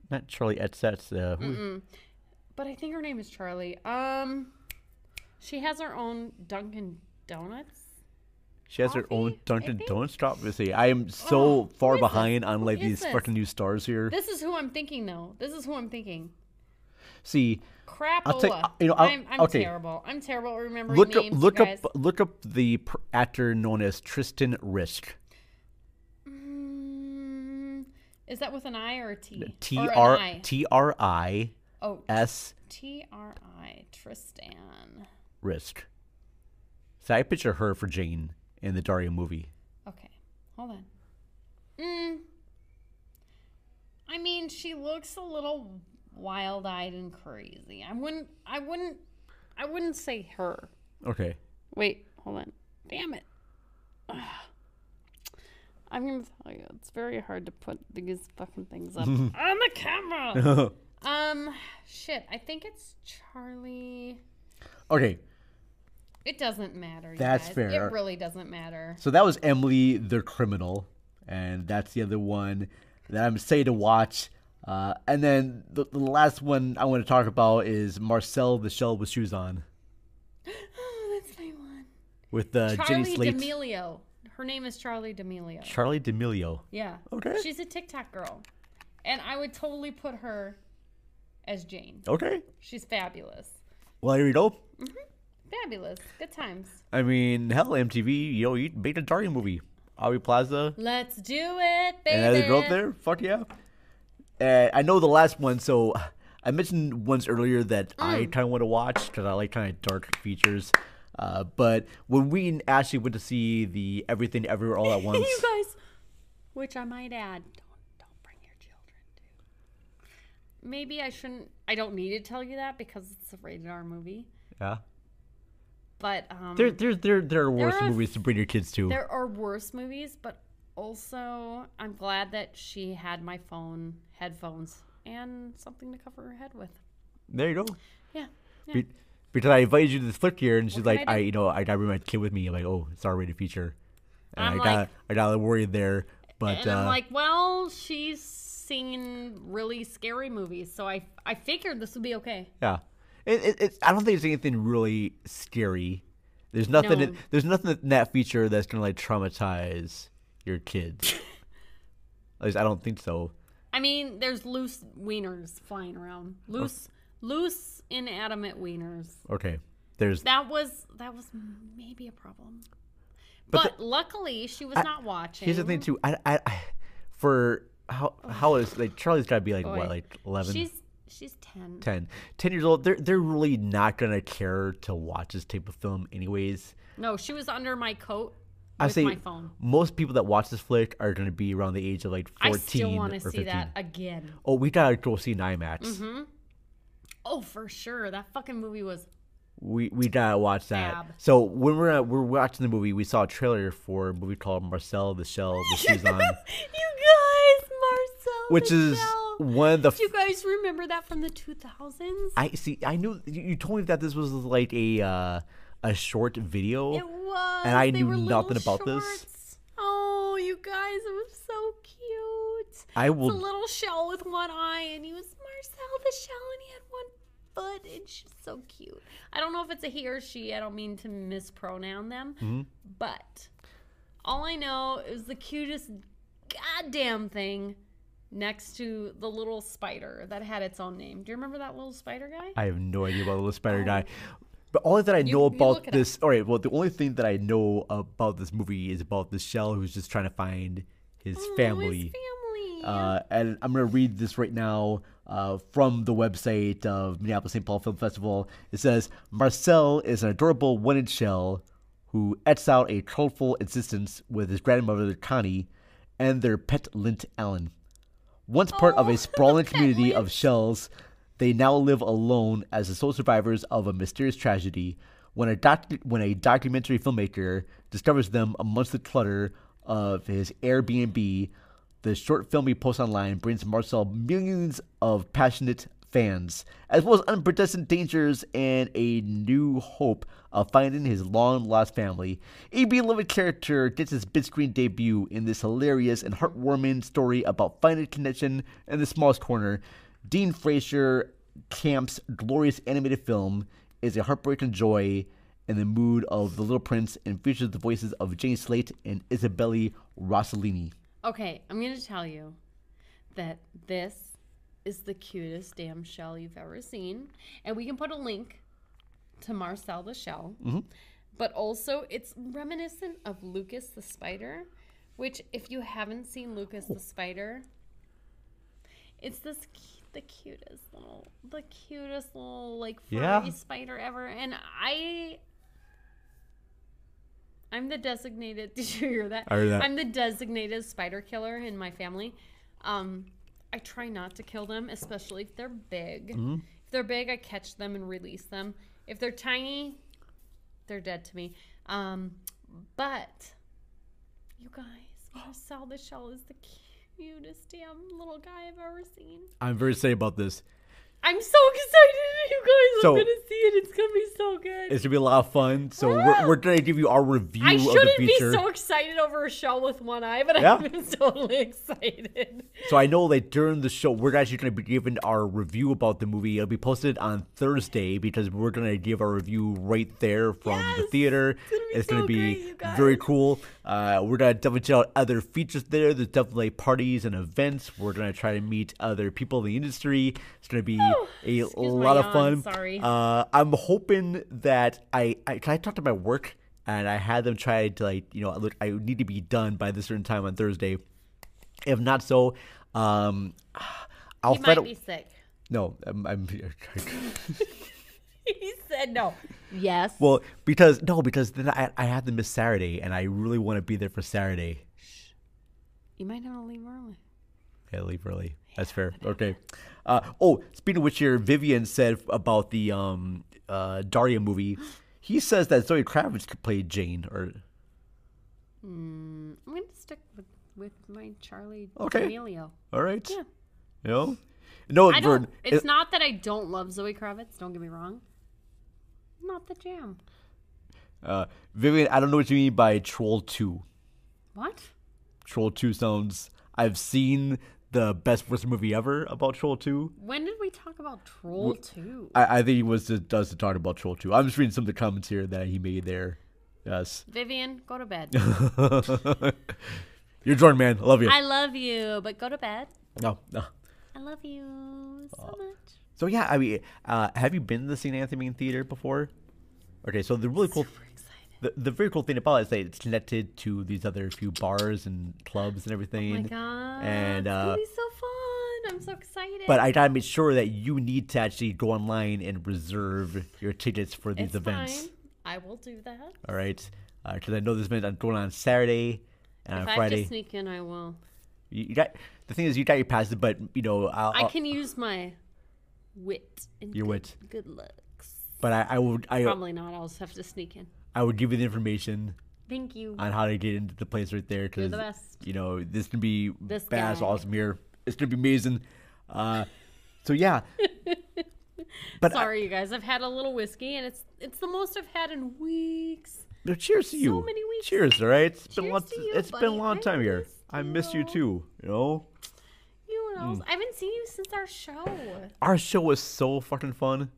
Not Charlie Edsets. Uh, who- Mm-mm. But I think her name is Charlie. Um, she has her own Dunkin' Donuts. she has her own Dunkin' Donuts drop. Let's see. I am so far behind on like Oh, is these this? fucking new stars here. This is who I'm thinking, though. This is who I'm thinking. see. Crapola. I'll i take. uh, You know. I'll, am I'm okay. terrible. I'm terrible at remembering Look up. names. Look you guys. up. Look up the pr- actor known as Tristan Risk. Mm, is that with an I or a T? T Or an R I? T R I Oh, S T R I Tristan. Risk. So I picture her for Jane in the Daria movie. Okay, hold on. Mm. I mean, she looks a little wild-eyed and crazy. I wouldn't. I wouldn't. I wouldn't say her. Okay. Wait, hold on. Damn it. Ugh. I'm gonna tell you, it's very hard to put these fucking things up on the camera. um, shit. I think it's Charlie. Okay. It doesn't matter. you That's guys. fair. It really doesn't matter. So that was Emily the Criminal, and that's the other one that I'm saying to watch. Uh, and then the, the last one I want to talk about is Marcel the Shell with Shoes On, Oh, that's my one. with uh, Jenny Charlie Slate, D'Amelio. Her name is Charlie D'Amelio. Charlie D'Amelio. yeah. Okay. She's a TikTok girl, and I would totally put her as Jane. Okay. She's fabulous. Well, here you go. Fabulous. Good times. I mean, hell, MTV, yo, you made a Daria movie, Aubrey Plaza, Let's do it, baby. and other girl up there. Fuck yeah. And I know the last one, so Mm. I mentioned once earlier that I kind of want to watch because I like kind of dark features. Uh, but when we and Ashley went to see the Everything Everywhere All at Once, you guys, which I might add, don't don't bring your children to. Maybe I shouldn't. I don't need to tell you that because it's a rated R movie. yeah, But um, there, there, there, there are worse are- movies to bring your kids to. There are worse movies, but also I'm glad that she had my phone, headphones, and something to cover her head with. There you go. Yeah. yeah. Be- Because I invited you to this flip here, and she's can like, I I, do? you know, I gotta bring my kid with me. I'm like, oh, it's our rated feature. And I'm I got, like- I got a little worried there, but and uh, I'm like, well, she's seen really scary movies, so I I figured this would be okay. yeah, it, it, it, I don't think there's anything really scary. There's nothing. No. In, there's nothing in that feature that's gonna like traumatize your kids. At least I don't think so. I mean, there's loose wieners flying around, loose, loose, inanimate wieners. Okay, there's That was that was maybe a problem, But but, the- luckily she was I- not watching. Here's the thing too. I, I, I for how how is like Charlie's got to be like Boy. what like 11? She's she's ten. 10. 10 years old. They're they're really not gonna care to watch this type of film anyways. No, she was under my coat I with say my phone. most people that watch this flick are gonna be around the age of like I fourteen still want or to see fifteen. that again. Oh, we gotta go see an IMAX. Mm-hmm. Oh, for sure. That fucking movie was We we gotta watch that. Fab. So when we're at, we're watching the movie, we saw a trailer for a movie called Marcel the Shell, the She's on, you guys, Marcel. which is one of the Do you guys remember that from the 2000s? I see. I knew you you told me that this was like a uh, a short video. It was. and I They knew were nothing little about this. shorts. Oh, you guys, it was so cute. I will- It's a little shell with one eye, and he was Marcel the shell, and he had one foot, and she's so cute. I don't know if it's a he or she. I don't mean to mispronoun them, Mhm. but all I know is the cutest goddamn thing next to the little spider that had its own name. Do you remember that little spider guy? I have no idea about the little spider guy. But all that I know Oh. look about it this, all right. Well, the only thing that I know about this movie is about the shell who's just trying to find his Oh, family. family. Uh, and I'm gonna read this right now uh, from the website of Minneapolis St. Paul Film Festival. It says Marcel is an adorable one-inch shell who etches out a colorful existence with his grandmother Connie and their pet Lint Allen. Once part of a sprawling community of shells, they now live alone as the sole survivors of a mysterious tragedy when a, doc- when a documentary filmmaker discovers them amongst the clutter of his Airbnb. The short film he posts online brings Marcel millions of passionate fans, as well as unprecedented dangers and a new hope of finding his long lost family. A beloved character gets his big screen debut in this hilarious and heartwarming story about finding connection in the smallest corner. Dean Fraser Camp's glorious animated film is a heartbreaking joy in the mood of The Little Prince and features the voices of Jane Slate and Isabelle Rossellini. Okay, I'm going to tell you that this is the cutest damn shell you've ever seen. And we can put a link to Marcel the shell. Mhm. But also, it's reminiscent of Lucas the spider, which, if you haven't seen Lucas the spider, it's this cu- the cutest little, the cutest little like furry Yeah. spider ever. And I I'm the designated. Did you hear that? I heard that. am the designated spider killer in my family. Um, I try not to kill them, especially if they're big. Mm-hmm. Mhm. If they're big, I catch them and release them. If they're tiny, they're dead to me. Um, but you guys, Marcel the Shell is the cutest damn little guy I've ever seen. I'm very excited about this. I'm so excited, you guys. So- I'm gonna see it. It's gonna be so good. It's gonna be a lot of fun. So we're, we're gonna give you our review I of shouldn't the feature. be so excited over a shell with one eye, but Yeah. I've been totally excited. So I know that during the show, we're actually going to be giving our review about the movie. It'll be posted on Thursday because we're going to give our review right there from the theater. It's going to be, very cool. Uh, we're going to definitely check out other features there. There's definitely parties and events. We're going to try to meet other people in the industry. It's going to be a lot of yawn, fun. sorry. Uh, I'm hoping that I, I, 'cause I talked to my work and I had them try to like, you know, look, I need to be done by this certain time on Thursday. If not so, um, I'll he might find out- be sick. No, I'm. I'm he said no. Yes. Well, because no, because then I, I have to miss Saturday, and I really want to be there for Saturday. You might have to leave early. Yeah, leave early. That's fair. Okay. Uh, oh, speaking of which, here Vivian said about the um, uh, Daria movie. He says that Zoe Kravitz could play Jane. Or Mm, I'm going to stick with, with my Charlie Okay. D'Amelio. all right. Yeah. You know? No, I Jordan, don't, it's it- not that I don't love Zoe Kravitz. Don't get me wrong. Not the jam. Uh, Vivian, I don't know what you mean by Troll Two. What? Troll Two sounds. I've seen the best worst movie ever about Troll Two. When did we talk about Troll Wh- 2? I, I think he was just does to talk about Troll Two. I'm just reading some of the comments here that he made there. Yes. Vivian, go to bed. You're Jordan, man. I love you. I love you, but go to bed. no, no. I love you so much. So yeah, I mean, uh, have you been to the St. Anthony Theater before? Okay, so the really cool, the, the very cool thing about it is that it's connected to these other few bars and clubs and everything. Oh my god. And it's uh, gonna be so fun. I'm so excited. but I gotta make sure that you need to actually go online and reserve your tickets for these It's events. fine. I will do that. All right, because I know this event is going on Saturday and if on I have Friday. to sneak in, I will. you, you got the thing is you got your passes, but you know I'll, I I'll- can use my wit and Your good, wit. good looks. But I, I would I Probably not. I'll just have to sneak in. I would give you the information. Thank you. on how to get into the place right there You're because the best. you know this can be This badass, guy. awesome here. It's gonna be amazing. Uh, so yeah, but I- Sorry, you guys. I've had a little whiskey, and it's it's the most I've had in weeks. no, cheers to you. many weeks. Cheers, all right. It's been Cheers lots. to you, it's been a buddy. long I time here. I miss you too. You know, You know, Mm. I haven't seen you since our show, our show was so fucking fun.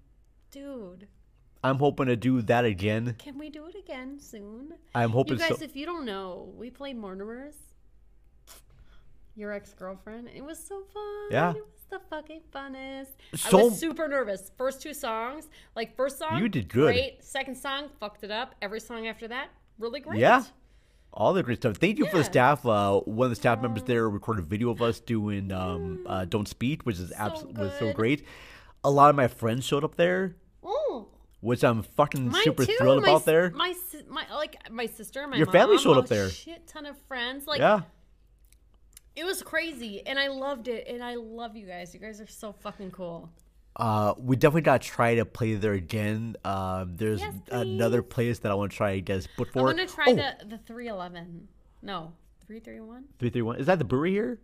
dude. I'm hoping to do that again. Can we do it again soon? I'm hoping You guys, so- if you don't know, we played Mortimer's. Your ex girlfriend. It was so fun. Yeah. It was the fucking funnest. I So- was super nervous. First two songs, like first song, You did good. Great. Second song, fucked it up. Every song after that, really great. Yeah. All the great stuff. Thank you for the Yeah. staff. Uh, one of the staff members there recorded a video of us doing um, uh, "Don't Speak," which is abs- was so Mm. good. great. A lot of my friends showed up there. Oh, which I'm fucking mine super too. thrilled my, about s- there. My si- my like my sister, my Your family mom, showed up a there. Shit ton of friends. Like yeah, it was crazy, and I loved it, and I love you guys. You guys are so fucking cool. uh, we definitely got to try to play there again. Um, there's another place that I want to try. I guess Oh, book for. I want to try the the three eleven. No, three three one. three three one. Is that the brewery here?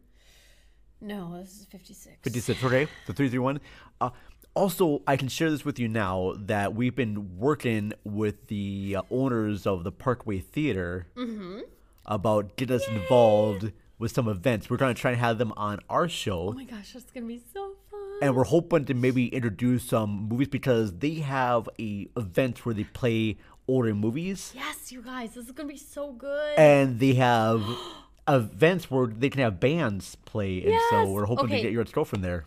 No, this is fifty six. Fifty six. Okay, the three three one. Uh, also, I can share this with you now that we've been working with the uh, owners of the Parkway Theater Mm-hmm. about getting us involved with some events. We're going to try and have them on our show. Oh my gosh, that's gonna be so fun. and we're hoping to maybe introduce some movies because they have a event where they play older movies Yes, you guys, this is gonna be so good. and they have events where they can have bands play and Yes! so we're hoping Okay. to get your girlfriend there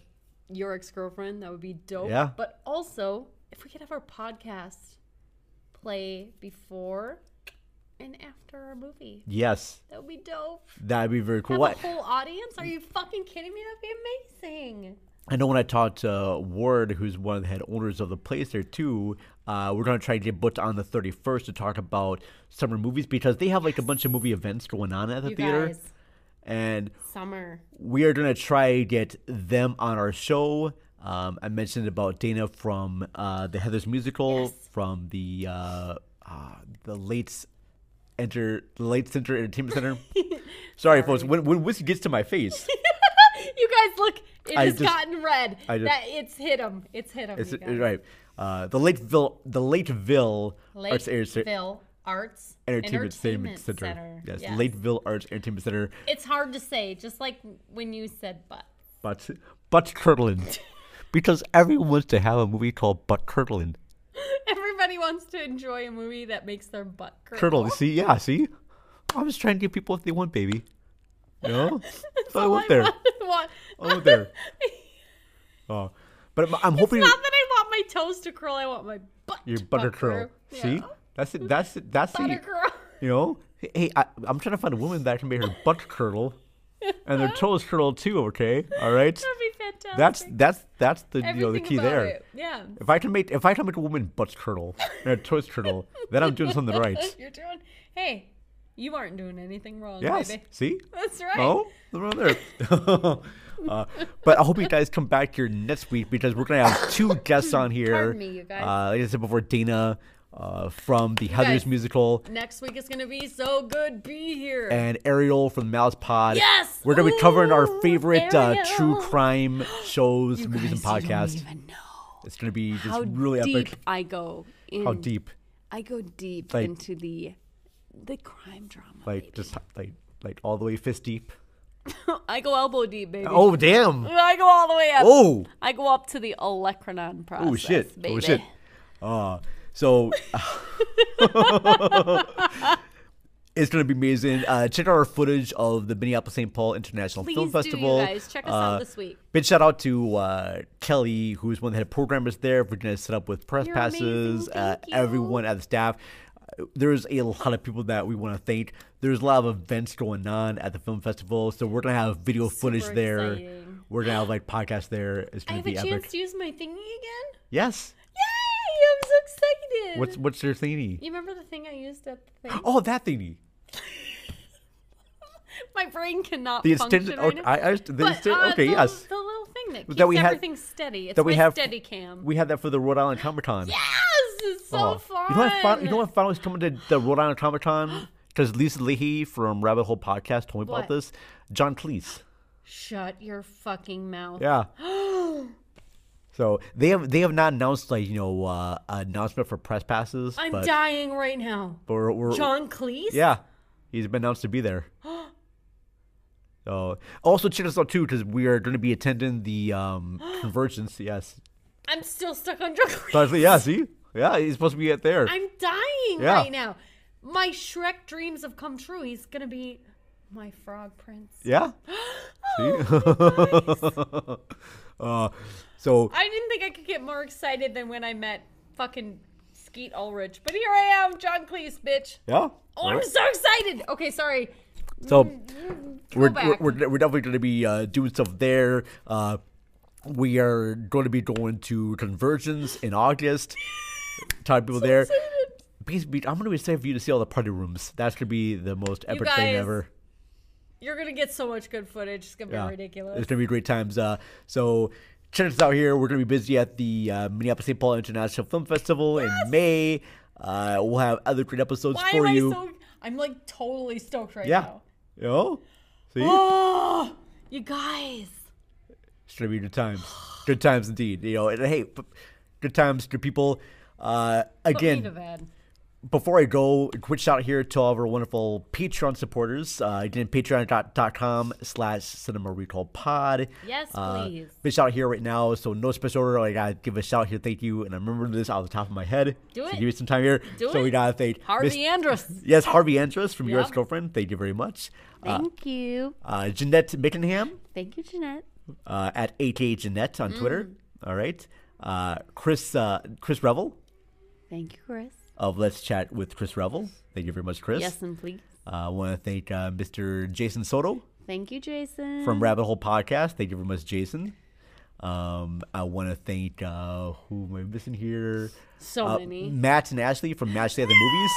Your ex girlfriend, that would be dope. Yeah. But also, if we could have our podcast play before and after our movie, yes that would be dope. that'd be very cool Have What- a whole audience? Are you fucking kidding me? That'd be amazing. i know when i talked to ward who's one of the head owners of the place there too uh, we're going to try to get booked on the 31st to talk about summer movies because they have like a bunch of movie events going on at the You theater guys. and Summer. we are gonna try to get them on our show. Um, I mentioned about Dana from uh, the Heather's musical, from the uh, uh, the late enter the late center entertainment center. Sorry, folks. When when whiskey gets to my face, You guys, look, it I has just- gotten red. I just- that it's hit him. It's hit him. it's you guys. right. Uh, the Lakeville, the Lakeville Arts Air- Lakeville Arts Entertainment, Center. Yes, Lakeville Arts Entertainment Center. It's hard to say, just like when you said butt. But but curdling, because everyone wants to have a movie called Butt Curdling. Everybody wants to enjoy a movie that makes their butt curl. Curdle. See, yeah, see. I was trying to give people what they want, baby. You know, so I went there. Want- I went there. Oh, but I'm, I'm hoping Not that I want my toes to curl, I want my butt. your butter curl. curl. See, that's it. That's it. That's Butter it. curl. You know, hey, I, I'm trying to find a woman that can make her butt curl. and their toes curled too. Okay, all right. That'd be fantastic. That's that's that's the you know the Everything key about there. it, yeah. If I can make if I can make a woman butt curl and her toes curl, then I'm doing something right. You're doing. Hey, you aren't doing anything wrong, Yes. baby. See? That's right. Oh, the wrong there. Uh, but I hope you guys come back here next week because we're gonna have two guests on here. Pardon me, you guys. Uh, like I said before, Dana uh, from the Heather's guys. musical Next week is gonna be so good. Be here. and Ariel from Mouse Pod. Yes! we're gonna be covering our favorite uh, Ariel! true crime shows, movies, and guys, you don't podcasts. It's gonna be just How really deep epic. I go. In, How deep? I go deep Like- into the the crime drama. Like just like like all the way fist deep. I go elbow deep, baby. Oh, damn. I go all the way up. Oh. I go up to the olecranon process. Oh shit! Baby. Oh shit! Uh, so it's gonna be amazing. Uh, check out our footage of the Minneapolis St. Paul International Please Film do, you Festival. uh, guys. Check us out this week. Big shout out to uh, Kelly, who's one of the head programmers there. We're gonna set up with press You're passes. uh, everyone at the staff. Uh, There's a lot of people that we want to thank. There's a lot of events going on at the film festival, so we're gonna have video footage there. exciting. We're gonna have like podcasts there. It's I gonna have a be chance epic. to use my thingy again. Yes. Yay! I'm so excited. What's what's your thingy? You remember the thing I used at the thing? Oh, that thingy. My brain cannot The function extended. right Okay, now. I, I, the But, extended- uh, okay, the, yes. The little thing that keeps That we had- everything steady. It's that we my have- steady cam. We had that for the Rhode Island Comic Con. Yeah, Yes, it's so fun. You know what? Found, you know what? Found was coming to the Rhode Island Comic Con because Lisa Leahy from Rabbit Hole Podcast told me What? about this. John Cleese. Shut your fucking mouth. Yeah. So they have they have not announced like you know uh, announcement for press passes. I'm but, dying right now. but we're- we're- John Cleese? Yeah, he's been announced to be there. So also check us out too because we are going to be attending the um, convergence. Yes, I'm still stuck on John Cleese. So I was like, yeah, see, yeah, he's supposed to be at there. I'm dying Yeah. right now. My Shrek dreams have come true. He's going to be my frog prince. yeah, see. uh, so I didn't think I could get more excited than when I met fucking Skeet Ulrich. But here I am, John Cleese, bitch. yeah. Oh, I'm alright. so excited. Okay, sorry. Mm, So we're, we're, back. we're, we're definitely going to be uh, doing stuff there. Uh, we are going to be going to Convergence in August. Talk to people there. Basically, I'm going to be excited for you to see all the party rooms. That's going to be the most epic thing guys, ever. You're going to get so much good footage. It's going to be ridiculous. It's going to be great times. Uh, so check us out here. We're going to be busy at the uh, Minneapolis St. Paul International Film Festival in May. Uh, we'll have other great episodes Why for am you. I so. I'm like totally stoked right yeah. now. You know? See? Oh, you guys. It's gonna be good times. Good times indeed. You know, and hey, p- good times, good people. Uh, Put me to again, bed. before I go, a quick shout out here to all of our wonderful Patreon supporters. Uh, again, patreon.com slash cinema recall pod. Yes, Uh, please. Big shout out here right now. So no special order. I gotta give a shout out here. Thank you. And I remember this off the top of my head. Do so it. Give me some time here. Do so it. we gotta thank Harvey Miss- Andrus. Yes, Harvey Andrus from U.S. Yep. Girlfriend. Thank you very much. Uh, Thank you. uh, Jeanette Mickenham Thank you, Jeanette. uh, at ATA Jeanette on Twitter. Mm. All right. Uh, Chris uh, Chris Revel Thank you, Chris. of Let's Chat with Chris Revel. Thank you very much, Chris. Yes, and please. Uh, I want to thank uh, Mr. Jason Soto Thank you, Jason. from Rabbit Hole Podcast. Thank you very much, Jason. Um, I want to thank uh, who am I missing here? So Uh, many. Matt and Ashley from Matchley at the Movies.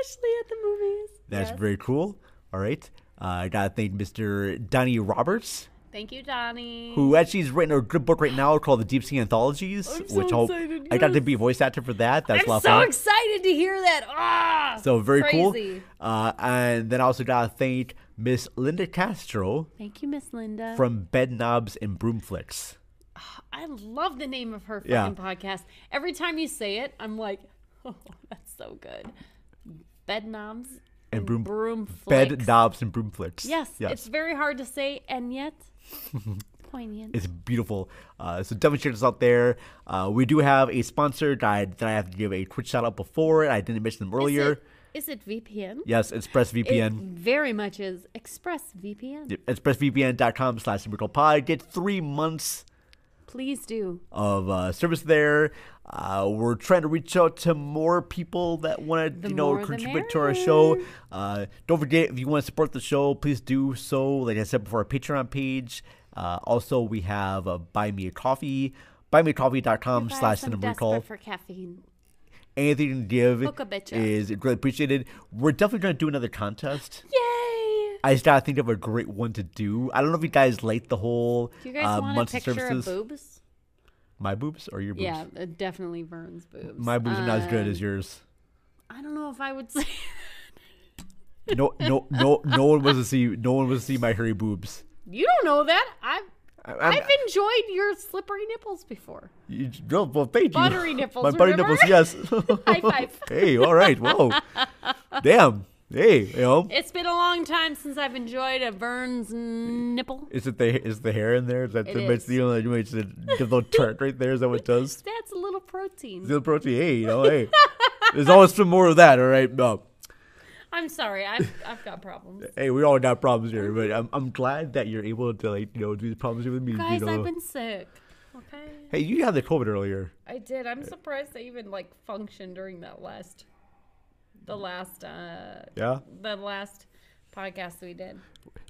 Ashley at the movies. That's Yes. very cool. All right. Uh, I got to thank Mr. Donnie Roberts. Thank you, Donnie. who actually is writing a good book right now called The Deep Sea Anthologies, I'm so which hope- excited, I got to yes. be voice actor for that. That's I'm a lot of so fun. excited to hear that. Ah, so very crazy. cool. Uh, and then I also got to thank Miss Linda Castro Thank you, Miss Linda. from Bed Knobs and Broomflicks. I love the name of her fucking Yeah. podcast. Every time you say it, I'm like, oh, that's so good. Bedknobs And broom, broom bed flicks. knobs and broomflicks. Yes, yes, it's very hard to say, and yet poignant. It's beautiful. Uh, so definitely check us out there. Uh, we do have a sponsor that I, that I have to give a quick shout out before. I didn't mention them earlier. Is it VPN? Yes, It ExpressVPN. very much is ExpressVPN. expressvpn.com slash Cinema Recall pod. Get three months Please do. of uh, service there. Uh, we're trying to reach out to more people that want to, The you know, more the contribute to our show. Uh, don't forget, if you want to support the show, please do so. Like I said before, our Patreon page. Uh, also, we have uh, Buy Me a Coffee, buymeacoffee.com slash I'm cinema desperate recall. for caffeine. Anything you can give Hook a bitch up. is greatly appreciated. We're definitely going to do another contest. Yay! I just gotta think of a great one to do. I don't know if you guys like the whole Do you guys uh, want months a of picture services. of boobs? My boobs or your boobs? Yeah, uh, definitely Vern's boobs. My boobs are not as good Um, as yours. I don't know if I would say. No, no, no, no one was to see. No one was to see my hairy boobs. You don't know that. I've I- i I'm- have enjoyed your slippery nipples before. You, no, well, thank you. Buttery nipples, My buttery remember? nipples. Yes. High five. hey, all right. Whoa. Damn. Hey, you know, It's been a long time since I've enjoyed a Vern's nipple. is it the is the hair in there? Is that It the makes is. the only makes the the little turd right there? Is that what it does? That's a little protein. The protein. Hey, you know, hey. There's always some more of that. All right. No. I'm sorry. I've, I've got problems. Hey, we all got problems here, but I'm, I'm glad that you're able to like you know do these problems with me. Guys, you know. I've been sick. Okay. Hey, you had the COVID earlier. I did. I'm surprised I even like functioned during that last, the last, uh, Yeah. the last podcast we did.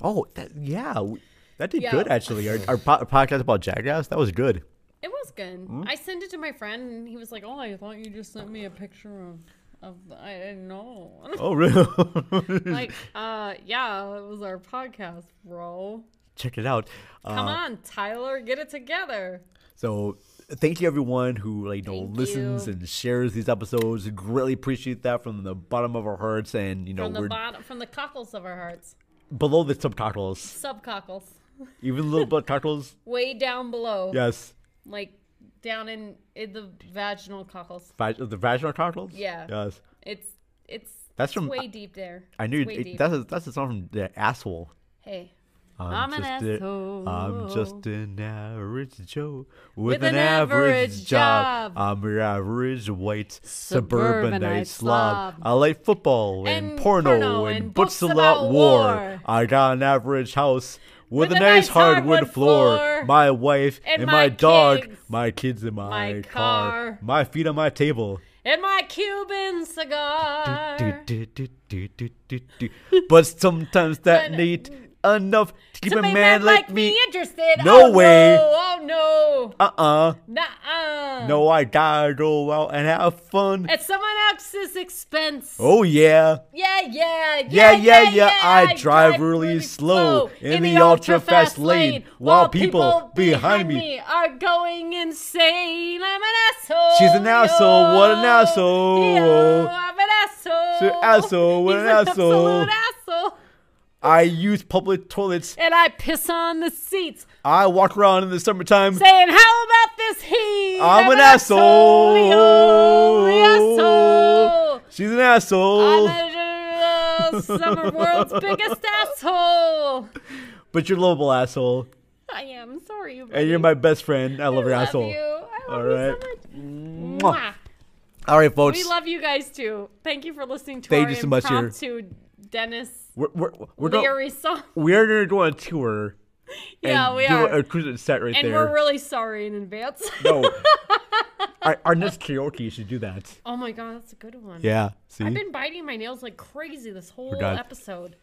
Oh, that, yeah, w- that did Yeah. good actually. Our, our, po- our podcast about Jackass that was good. It was good. Hmm? I sent it to my friend, and he was like, "Oh, I thought you just sent me a picture of, of I didn't know." Oh, really? like, uh, yeah, it was our podcast, bro. Check it out. Come Uh, on, Tyler, get it together. So thank you everyone who like you know listens and shares these episodes. We Greatly appreciate that from the bottom of our hearts, and you know from the we're bottom, from the cockles of our hearts, below the subtitles, subcockles, even little blood titles. way down below. Yes, Like down in, in the vaginal cockles. Vag- the vaginal titles. Yeah. Yes. It's it's That's it's from- way deep there. I knew It's way it, deep. that's a, that's a song from the asshole. Hey. I'm I'm, an just a- I'm asshole. just an average Joe with, With an, an average, average job. job. I'm your average white suburbanite Suburbanite slob. slob. I like football and, And porno, porno and, and books, books about about war. war. I got an average house with, a nice hardwood, floor. My wife and, And my, my dog. kids. My kids and my, My car. car. My feet on my table. And my Cuban cigar. Do, do, do, do, do, do, do. but sometimes that need enough to keep To a make man like me. interested. No oh, way. No, oh no. Uh uh Nuh-uh. No, I gotta go out and have fun. At someone else's expense. Oh yeah. Yeah, yeah, Yeah, yeah, yeah. I, drive, really, slow in the ultra fast lane while people behind me. Me are going insane. I'm an asshole. She's an asshole. What Oh, an asshole. I'm an asshole. She's an asshole. What an asshole. Absolute asshole. I use public toilets. And I piss on the seats, I walk around in the summertime. saying, "How about this heat?" I'm an asshole. oh, She's an asshole. Oh, summer world's biggest asshole. But you're a lovable asshole. I am sorry. And you're my best friend. I love your love asshole. you. I love All you so right. buddy. Mwah. Mwah. All right, folks. We love you guys too. Thank you for listening to Thank our you so much, you're- impromptu Dennis We're we're we're Leary going. song. We're gonna go on tour. Yeah, and we do are. a cruise set right and there. we're really sorry in advance. no. Our, our next karaoke should do that. oh my god, that's a good one. Yeah, see? I've been biting my nails like crazy this whole God. episode.